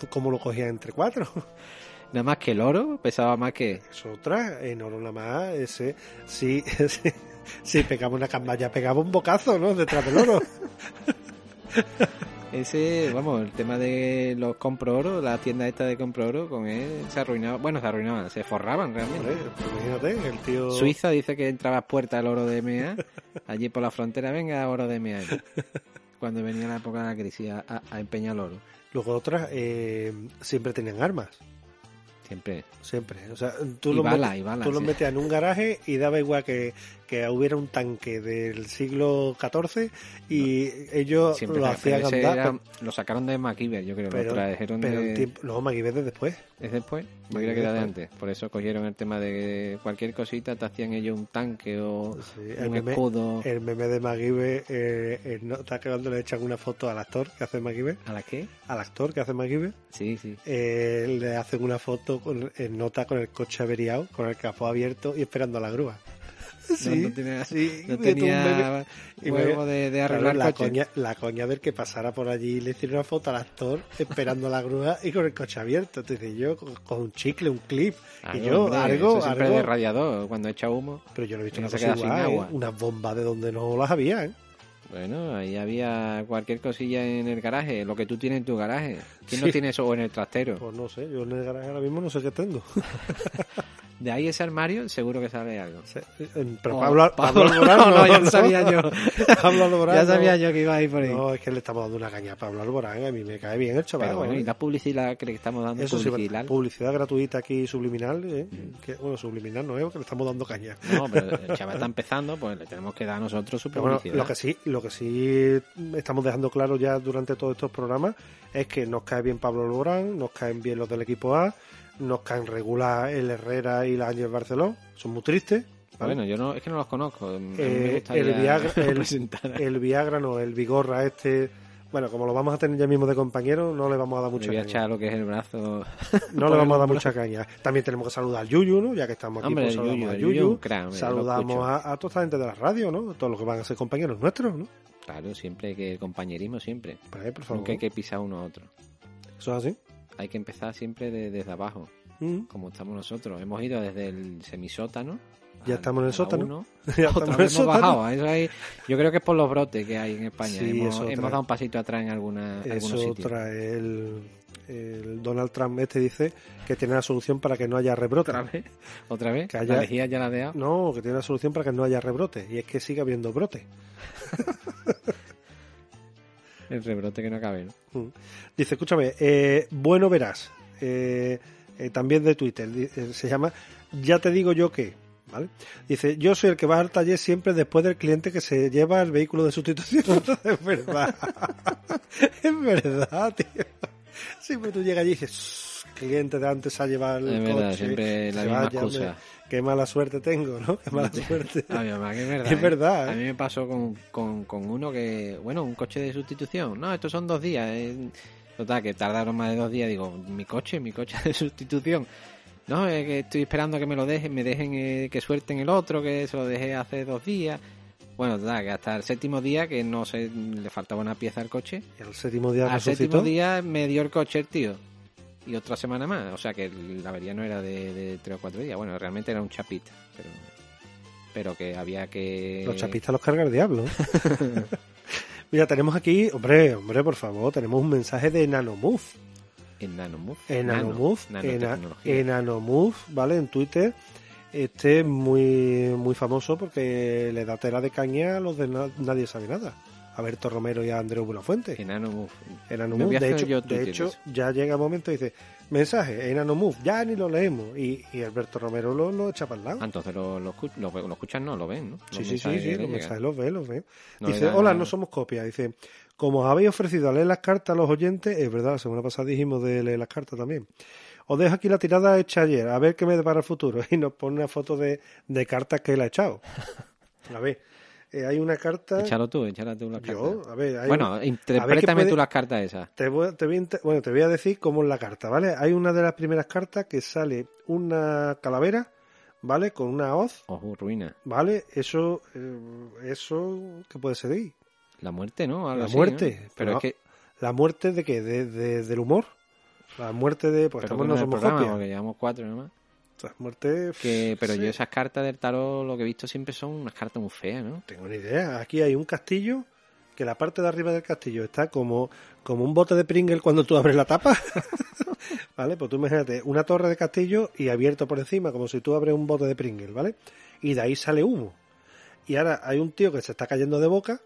¿Tú cómo lo cogías entre cuatro?
Nada más que el oro pesaba más que.
Eso otra, en oro nada más, ese, sí, sí, sí, pegaba una camballa, pegaba un bocazo, ¿no? Detrás del oro.
Ese, vamos, el tema de los compro oro, la tienda esta de compro oro, con él se arruinaba, bueno, se arruinaban, se forraban realmente.
Hombre, Imagínate, el tío.
Suiza dice que entraba a puerta el oro de MEA, allí por la frontera, venga oro de MEA. Cuando venía la época de la crisis a, a- a empeñar el oro,
Luego otras eh, siempre tenían armas.
siempre.
Siempre. O sea, tú
Y
los
balas,
metes-
y balas,
tú los
sí.
metías en un garaje y daba igual que, que hubiera un tanque del siglo XIV y ellos
Siempre
lo
pero
hacían
ese
andar.
era-
pero-
lo sacaron de MacGyver, yo creo,
Pero-
lo trajeron
pero
de...
en tiempo- no, MacGyver es después.
¿Es después? Yo creo
Después.
que era de antes. Por eso cogieron el tema de cualquier cosita, te hacían ellos un tanque o
Sí, el,
un
meme,
escudo.
el meme de MacGyver eh, eh, no, está acabando le echan una foto al actor que hace MacGyver,
¿A la qué?
al actor que hace MacGyver,
Sí, sí.
eh, le hacen una foto con, en nota con el coche averiado, con el capó abierto y esperando a la grúa. Sí,
no tenía-
sí,
No
y tú, meme-
tenía
y
huevo
me-
de, de
Claro,
arreglar
la,
coches.
coña, la coña del que pasara por allí y le hiciera una foto al actor esperando a la grúa y con el coche abierto. Te dice yo con, con un chicle, un clip.
Algo,
y yo,
hombre,
algo,
eso siempre
algo.
de radiador, cuando echa humo.
Pero yo no he visto
Que
una
no se
cosa
queda sin
igual, ¿eh?
agua.
Unas bombas de donde no las había, ¿eh?
Bueno, ahí había cualquier cosilla en el garaje, lo que tú tienes en tu garaje. ¿Quién
Sí.
no tiene eso o en el trastero?
Pues no sé, yo en el garaje ahora mismo no sé qué tengo.
De ahí ese armario seguro que sale algo.
Sí, en- Pero
Oh,
Pablo, Pablo Alborán
no, no, ya
no.
sabía yo.
Pablo Alborán
ya
no.
sabía yo que iba a ir por ahí.
No, es que le estamos dando una caña a Pablo Alborán, a mí me cae bien el chaval.
Pero bueno,
¿eh?
y la publicidad que le estamos dando
Eso sí,
publicidad. Mm.
publicidad gratuita aquí subliminal, ¿eh? que, bueno, subliminal no es, que le estamos dando caña.
No, pero el chaval está empezando, pues le tenemos que dar nosotros su
Pero bueno,
publicidad.
lo que sí, lo que sí estamos dejando claro ya durante todos estos programas es que nos cae bien Pablo Alborán, nos caen bien los del equipo A, nos caen regular el Herrera y la Ángel Barceló, son muy tristes. ¿vale?
Bueno, yo no, es que no los conozco. A mí me
Eh,
gustaría
el Viagra-
que lo
el-
presentara.
el Viagra no, el Vigorra este, bueno, como lo vamos a tener ya mismo de compañero, no le vamos a dar
Le
mucha
voy a
caña.
echar lo que es el brazo.
No le vamos a dar mucha caña. También tenemos que saludar al Yuyu, ¿no? Ya que estamos aquí,
Hombre,
pues
el
saludamos
Yuyu,
a
el Yuyu es
Yuyu.
un crack, hombre, lo
saludamos
escucho.
a, a toda esta gente de la radio, ¿no? Todos los que van a ser compañeros nuestros, ¿no?
Claro, siempre que el compañerismo, siempre.
Por ahí, por favor.
Nunca hay que pisar uno a otro.
Eso es así.
Hay que empezar siempre de- desde abajo,
Mm.
como estamos nosotros. Hemos ido desde el semisótano.
Ya
a-
estamos en el
a la
sótano.
uno.
Ya
Otra
estamos en
vez
eso,
hemos
Tano.
bajado. Eso hay- yo creo que es por los brotes que hay en España.
Sí,
hemos,
eso otra.
hemos dado un pasito atrás en alguna, algunos
Eso
sitios.
trae el, el Donald Trump este dice que tiene la solución para que no haya rebrote.
¿Otra vez? ¿Otra vez?
Que
¿La
haya-
lejía ya la de
No, que tiene la solución para que no haya rebrote. Y es que sigue habiendo brote.
El rebrote que no cabe, ¿no?
Dice, escúchame, eh, bueno verás, eh, eh, también de Twitter, di- eh, se llama Ya te digo yo que, ¿vale? Dice, yo soy el que va al taller siempre después del cliente que se lleva el vehículo de sustitución. es verdad, es verdad, tío. Siempre tú llegas allí y dices, "Shh, cliente de antes ha llevado el
Es verdad,
coche.
siempre la
Se
misma
vaya, hombre,
excusa.
Qué mala suerte tengo, ¿no? Qué mala suerte.
Ay, mamá, que es verdad.
Es
¿eh?
verdad, ¿eh?
A mí me pasó con, con, con uno que, bueno, un coche de sustitución. No, estos son dos días. eh. Total, que tardaron más de dos días. Digo, mi coche, mi coche de sustitución. No, es que estoy esperando que me lo dejen, me dejen eh, que suelten el otro, que se lo dejé hace dos días. Bueno, total, que hasta el séptimo día, que no sé, le faltaba una pieza al coche.
Y al séptimo día
Al
resucitó.
séptimo día me dio el coche el tío. Y otra semana más. O sea que la avería no era de, de tres o cuatro días. Bueno, realmente era un chapita. Pero, pero que había que.
Los chapistas los carga el diablo. Mira, tenemos aquí, hombre, hombre, por favor, tenemos un mensaje de Eh, Nanomove.
En Nanomove.
En
Nano,
Nanomove,
nanotecnología.
en Nanomove, eh, ¿vale? En Twitter. Este es muy, muy famoso porque le da tela de caña a los de na- Nadie Sabe Nada. A Berto Romero y a Andreu Buenafuente.
En Nanomove.
En
Me voy
Nanomove,
a
de
hacer yo
hecho, de
Twitter
hecho
eso.
ya llega un momento y dice, mensaje, en Nanomove, ya ni lo leemos. Y, y Alberto Romero lo, lo echa para el lado.
Ah, entonces lo, lo, escu- lo, lo escuchan, no, lo ven, ¿no?
Sí,
Los
sí, sí,
mensajes que
sí,
le
los
llegan.
mensajes los ve, los ve.
No le
dice,
da-
hola, no somos copias. Dice, como os habéis ofrecido a leer las cartas a los oyentes, es verdad, la semana pasada dijimos de leer las cartas también. Os dejo aquí la tirada hecha ayer, a ver qué me depara el futuro. Y nos pone una foto de, de cartas que él ha echado. A ver, eh, hay una carta...
Échalo tú, échala tú las
yo,
cartas.
a ver, hay
Bueno,
una-
interprétame
puede-
tú las cartas esas.
te voy, te voy a inte- bueno, te voy a decir cómo es la carta, ¿vale? Hay una de las primeras cartas que sale una calavera, ¿vale? Con una hoz,
Ojo, ruina.
¿vale? Eso, eh, eso, ¿qué puede ser de ahí?
La muerte, ¿no? Algo
La
así,
muerte,
¿no?
pero pues
Pero
no-
es que.
¿La muerte de qué? ¿De, de- del humor? La muerte de... Pues
Pero
estamos,
que
no
es el
somos
programa,
copias.
porque llevamos cuatro nomás.
La muerte...
Que, pero
sí,
yo esas cartas del tarot, lo que he visto siempre son unas cartas muy feas, ¿no?
Tengo una idea. Aquí hay un castillo, que la parte de arriba del castillo está como, como un bote de Pringle cuando tú abres la tapa. ¿Vale? Pues tú imagínate una torre de castillo y abierto por encima, como si tú abres un bote de Pringle, ¿vale? Y de ahí sale humo. Y ahora hay un tío que se está cayendo de boca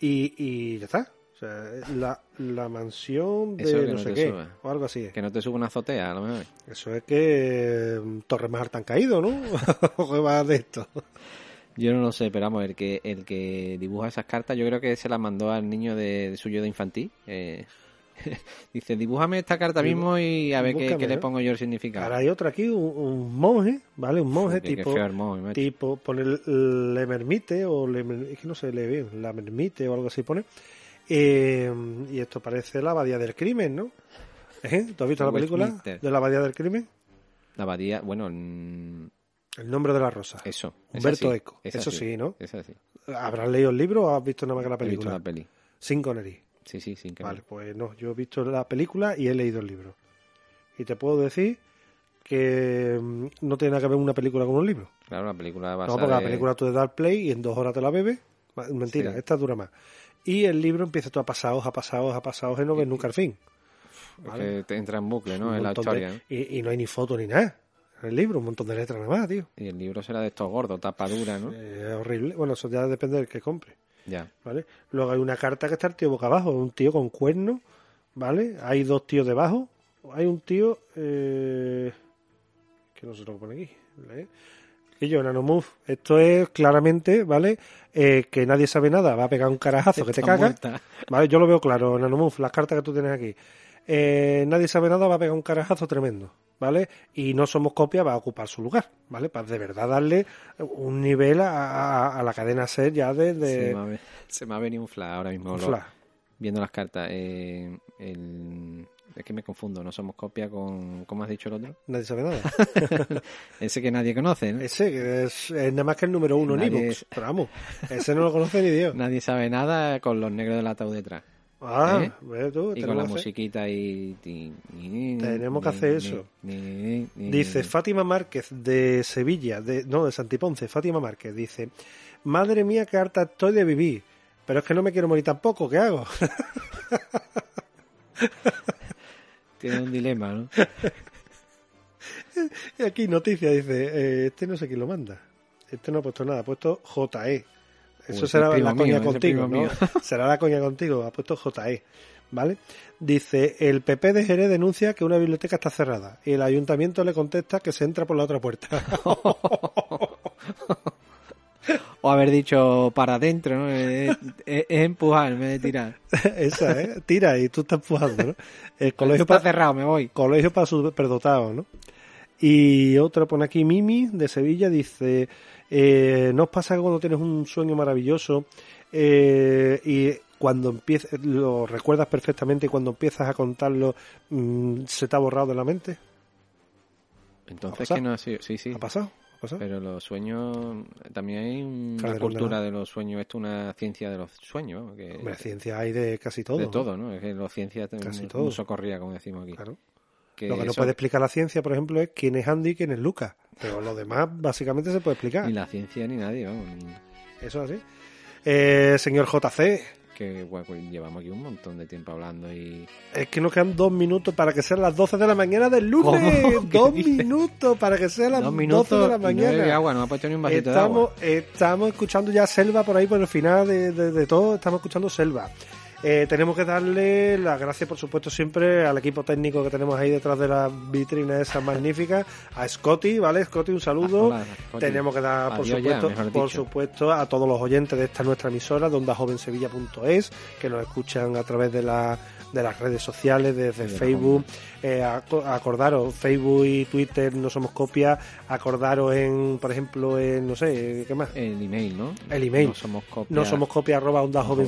y, y ya está. O sea, la, la mansión de
Eso que
no,
no
sé
te
qué,
suba.
o algo así.
Que no te suba una azotea, a lo mejor.
Eso es que eh, Torres más han caído, ¿no? ¿O qué va de esto?
Yo no lo sé, pero vamos, el que, el que dibuja esas cartas, yo creo que se las mandó al niño de, de suyo de infantil. eh. dice, dibújame esta carta
Dibu-
mismo y a ver qué- qué,
búscame,
le
¿no?
pongo yo el significado.
Ahora hay otro aquí, un, un monje, ¿vale? Un monje
Qué- qué
tipo,
feo el monje, macho.
tipo, pone el- le mermite, o le, es que no sé, le bien, la mermite o algo así pone. Eh, y esto parece la abadía del crimen, ¿no? ¿Eh? ¿Tú has visto la película
Westminster.
de la abadía del crimen?
La abadía, bueno, mm,
El nombre de la rosa.
eso.
Humberto
esa sí,
Eco.
esa
Eso sí, ¿no?
Esa sí.
¿Habrás leído el libro o has visto nada más que la
He visto
película?
la peli.
Sin Connery.
Sí, sí, sin que
Vale, pues no, yo he visto la película y he leído el libro. Y te puedo decir que mm, no tiene nada que ver una película con un libro.
Claro, la película
No,
basada
porque la
de-
película tú le das play y en dos horas te la bebes. Ma- Mentira,
Sí.
esta dura más. Y el libro empieza tú a pasar hoja, a pasar hoja, a pasar hoja y no ves nunca el fin.
es
¿vale?
que te entra en bucle, ¿no?
Un
En la
montón
historia. ¿eh?
de-
¿no?
y, y no hay ni foto ni nada. En El libro, un montón de letras nada más, tío.
Y el libro será de estos gordos, tapadura, ¿no?
Eh, es horrible. Bueno, eso ya depende del que compre.
Ya.
¿vale? Luego hay una carta que está el tío boca abajo, un tío con cuernos, ¿vale? Hay dos tíos debajo, hay un tío eh, que no sé lo que pone aquí, ¿vale? Y yo, Nanomove, esto es claramente, ¿vale? Eh, que nadie sabe nada, va a pegar un carajazo que te
Está
caga,
muerta.
¿vale? Yo lo veo claro, Nanomove, las cartas que tú tienes aquí. Eh, nadie sabe nada, va a pegar un carajazo tremendo, ¿vale? Y no somos copia, va a ocupar su lugar, ¿vale? Para de verdad darle un nivel a, a- a la cadena ser ya desde...
Se, me ha, ve- se me ha venido un flash ahora mismo. lo- viendo las cartas. eh, el- es que me confundo, no somos copia con. ¿Cómo has dicho el otro?
Nadie sabe nada.
Ese que nadie conoce, ¿no?
Ese que es, es nada más que el número uno en
Nadie
iVoox.
es-
Pero vamos, ese no lo conoce ni Dios.
Nadie sabe nada con los negros del ataúd detrás.
Ah,
¿Eh?
ve tú,
Y
tenemos
con la
que hacer-
musiquita y. ti- ni- ni-
Tenemos que
ni-
hacer
ni-
eso.
ni- ni- ni-
Dice
ni-
Fátima Márquez de Sevilla, de, no, de Santiponce, Fátima Márquez, dice, madre mía, qué harta estoy de vivir, pero es que no me quiero morir tampoco, ¿qué hago?
Tiene un dilema, ¿no?
Y aquí noticia, dice, eh, este no sé quién lo manda, este no ha puesto nada, ha puesto JE. Eso
Uy, ese
será
primo
la coña
mío, ese
contigo,
primo
¿no?
mío.
Será la coña contigo, ha puesto JE. ¿Vale? Dice, el PP de Jerez denuncia que una biblioteca está cerrada y el ayuntamiento le contesta que se entra por la otra puerta.
O haber dicho para adentro, ¿no? Es, es- es empujar en vez de tirar.
Esa, ¿eh? Tira y tú estás empujando, ¿no? El colegio
Está
para
cerrado, me voy.
Colegio para superdotados, ¿no? Y otra pone aquí Mimi de Sevilla dice, eh, ¿no os pasa que cuando tienes un sueño maravilloso eh, y cuando empiezas, lo recuerdas perfectamente y cuando empiezas a contarlo mm, se te ha borrado de la mente? ¿Ha
Entonces
pasado?
que no ha sido. Sí, sí. Eh,
¿Ha pasado? ¿Ha pasado?
Pero los sueños. También hay una
Calderón de
cultura
la-
de los sueños. Esto es una ciencia de los sueños. vamos, que-
Hombre, ciencia hay de casi todo.
eh, de
¿no?
todo, ¿no? Es que la ciencia te-
Casi
no-
todo.
no socorría, como decimos aquí.
Claro.
Que
lo que no
eso-
puede explicar la ciencia, por ejemplo, es quién es Andy y quién es Lucas. Pero lo demás básicamente se puede explicar.
Ni la ciencia ni nadie, vamos. ni-
Eso es así. Eh, señor JC,
Que guapo, llevamos aquí un montón de tiempo hablando y.
Es que nos quedan dos minutos para que sean las 12 de la mañana del lunes.
¿Cómo? Oh, ¿Qué
Dos
dices?
minutos para que sean las
Dos minutos
12 de la
y no he bebido
mañana.
agua, no me ha puesto ni un vasito de
Estamos,
agua.
estamos escuchando ya Selva por ahí, por el final de, de- de todo, estamos escuchando Selva. Eh, tenemos que darle las gracias, por supuesto, siempre al equipo técnico que tenemos ahí detrás de la vitrina esa magnífica, a Scotty, ¿vale? Scotty, un saludo.
Ah, Hola, Scotty.
Tenemos que dar, por,
Adiós ya,
supuesto,
mejor
por
dicho.
supuesto, a todos los oyentes de esta nuestra emisora, de ondajovensevilla.es, que nos escuchan a través de, la, de las redes sociales, desde
Y de la
Facebook. Eh, aco- acordaros, Facebook y Twitter no somos copia. Acordaros en, por ejemplo, en, no sé, ¿qué más?
El email, ¿no?
El email.
No somos copia.
No somos copia arroba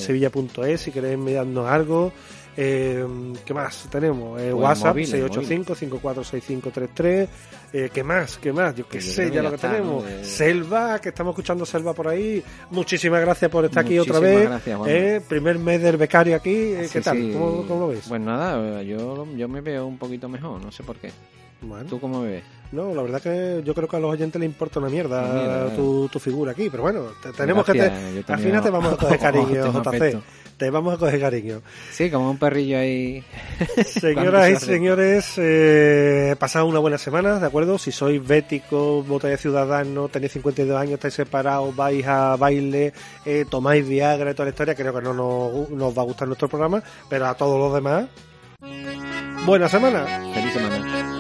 ondajovensevilla.es si queréis enviarnos algo. Eh, ¿Qué más tenemos? Eh,
O el
WhatsApp
móvil, el
685-546533. Eh, ¿Qué más? ¿Qué más? Yo qué
Pues yo
sé,
creo que
ya
ya
lo que
está,
tenemos.
¿no? De-
Selva, que estamos escuchando Selva por ahí. Muchísimas gracias por estar aquí otra
Muchísimas
vez.
gracias, Juanma. Ah,
Eh, primer mes del becario aquí. Eh, ¿Qué
Sí,
tal?
sí.
¿Cómo, cómo lo ves?
Pues nada, yo, yo me veo un poquito mejor, no sé por qué.
Bueno.
¿Tú cómo me ves?
No, la verdad que yo creo que a los oyentes les importa una mierda
Una mierda, eh.
tu, tu figura aquí, pero bueno, te- tenemos
Gracias,
que...
yo
Te, al
también este
final te
os-
vamos a coger
os
cariño,
tengo
JC.
afecto.
Te vamos a coger cariño.
Sí, como un perrillo ahí.
Señoras y
Cuando se hace.
señores, eh, pasad una buena semana, ¿de acuerdo? Si sois béticos, votáis ciudadano, tenéis 52 años, estáis separados, vais a baile, eh, tomáis Viagra y toda la historia, creo que no nos, nos va a gustar nuestro programa, pero a todos los demás, buena semana.
Feliz semana.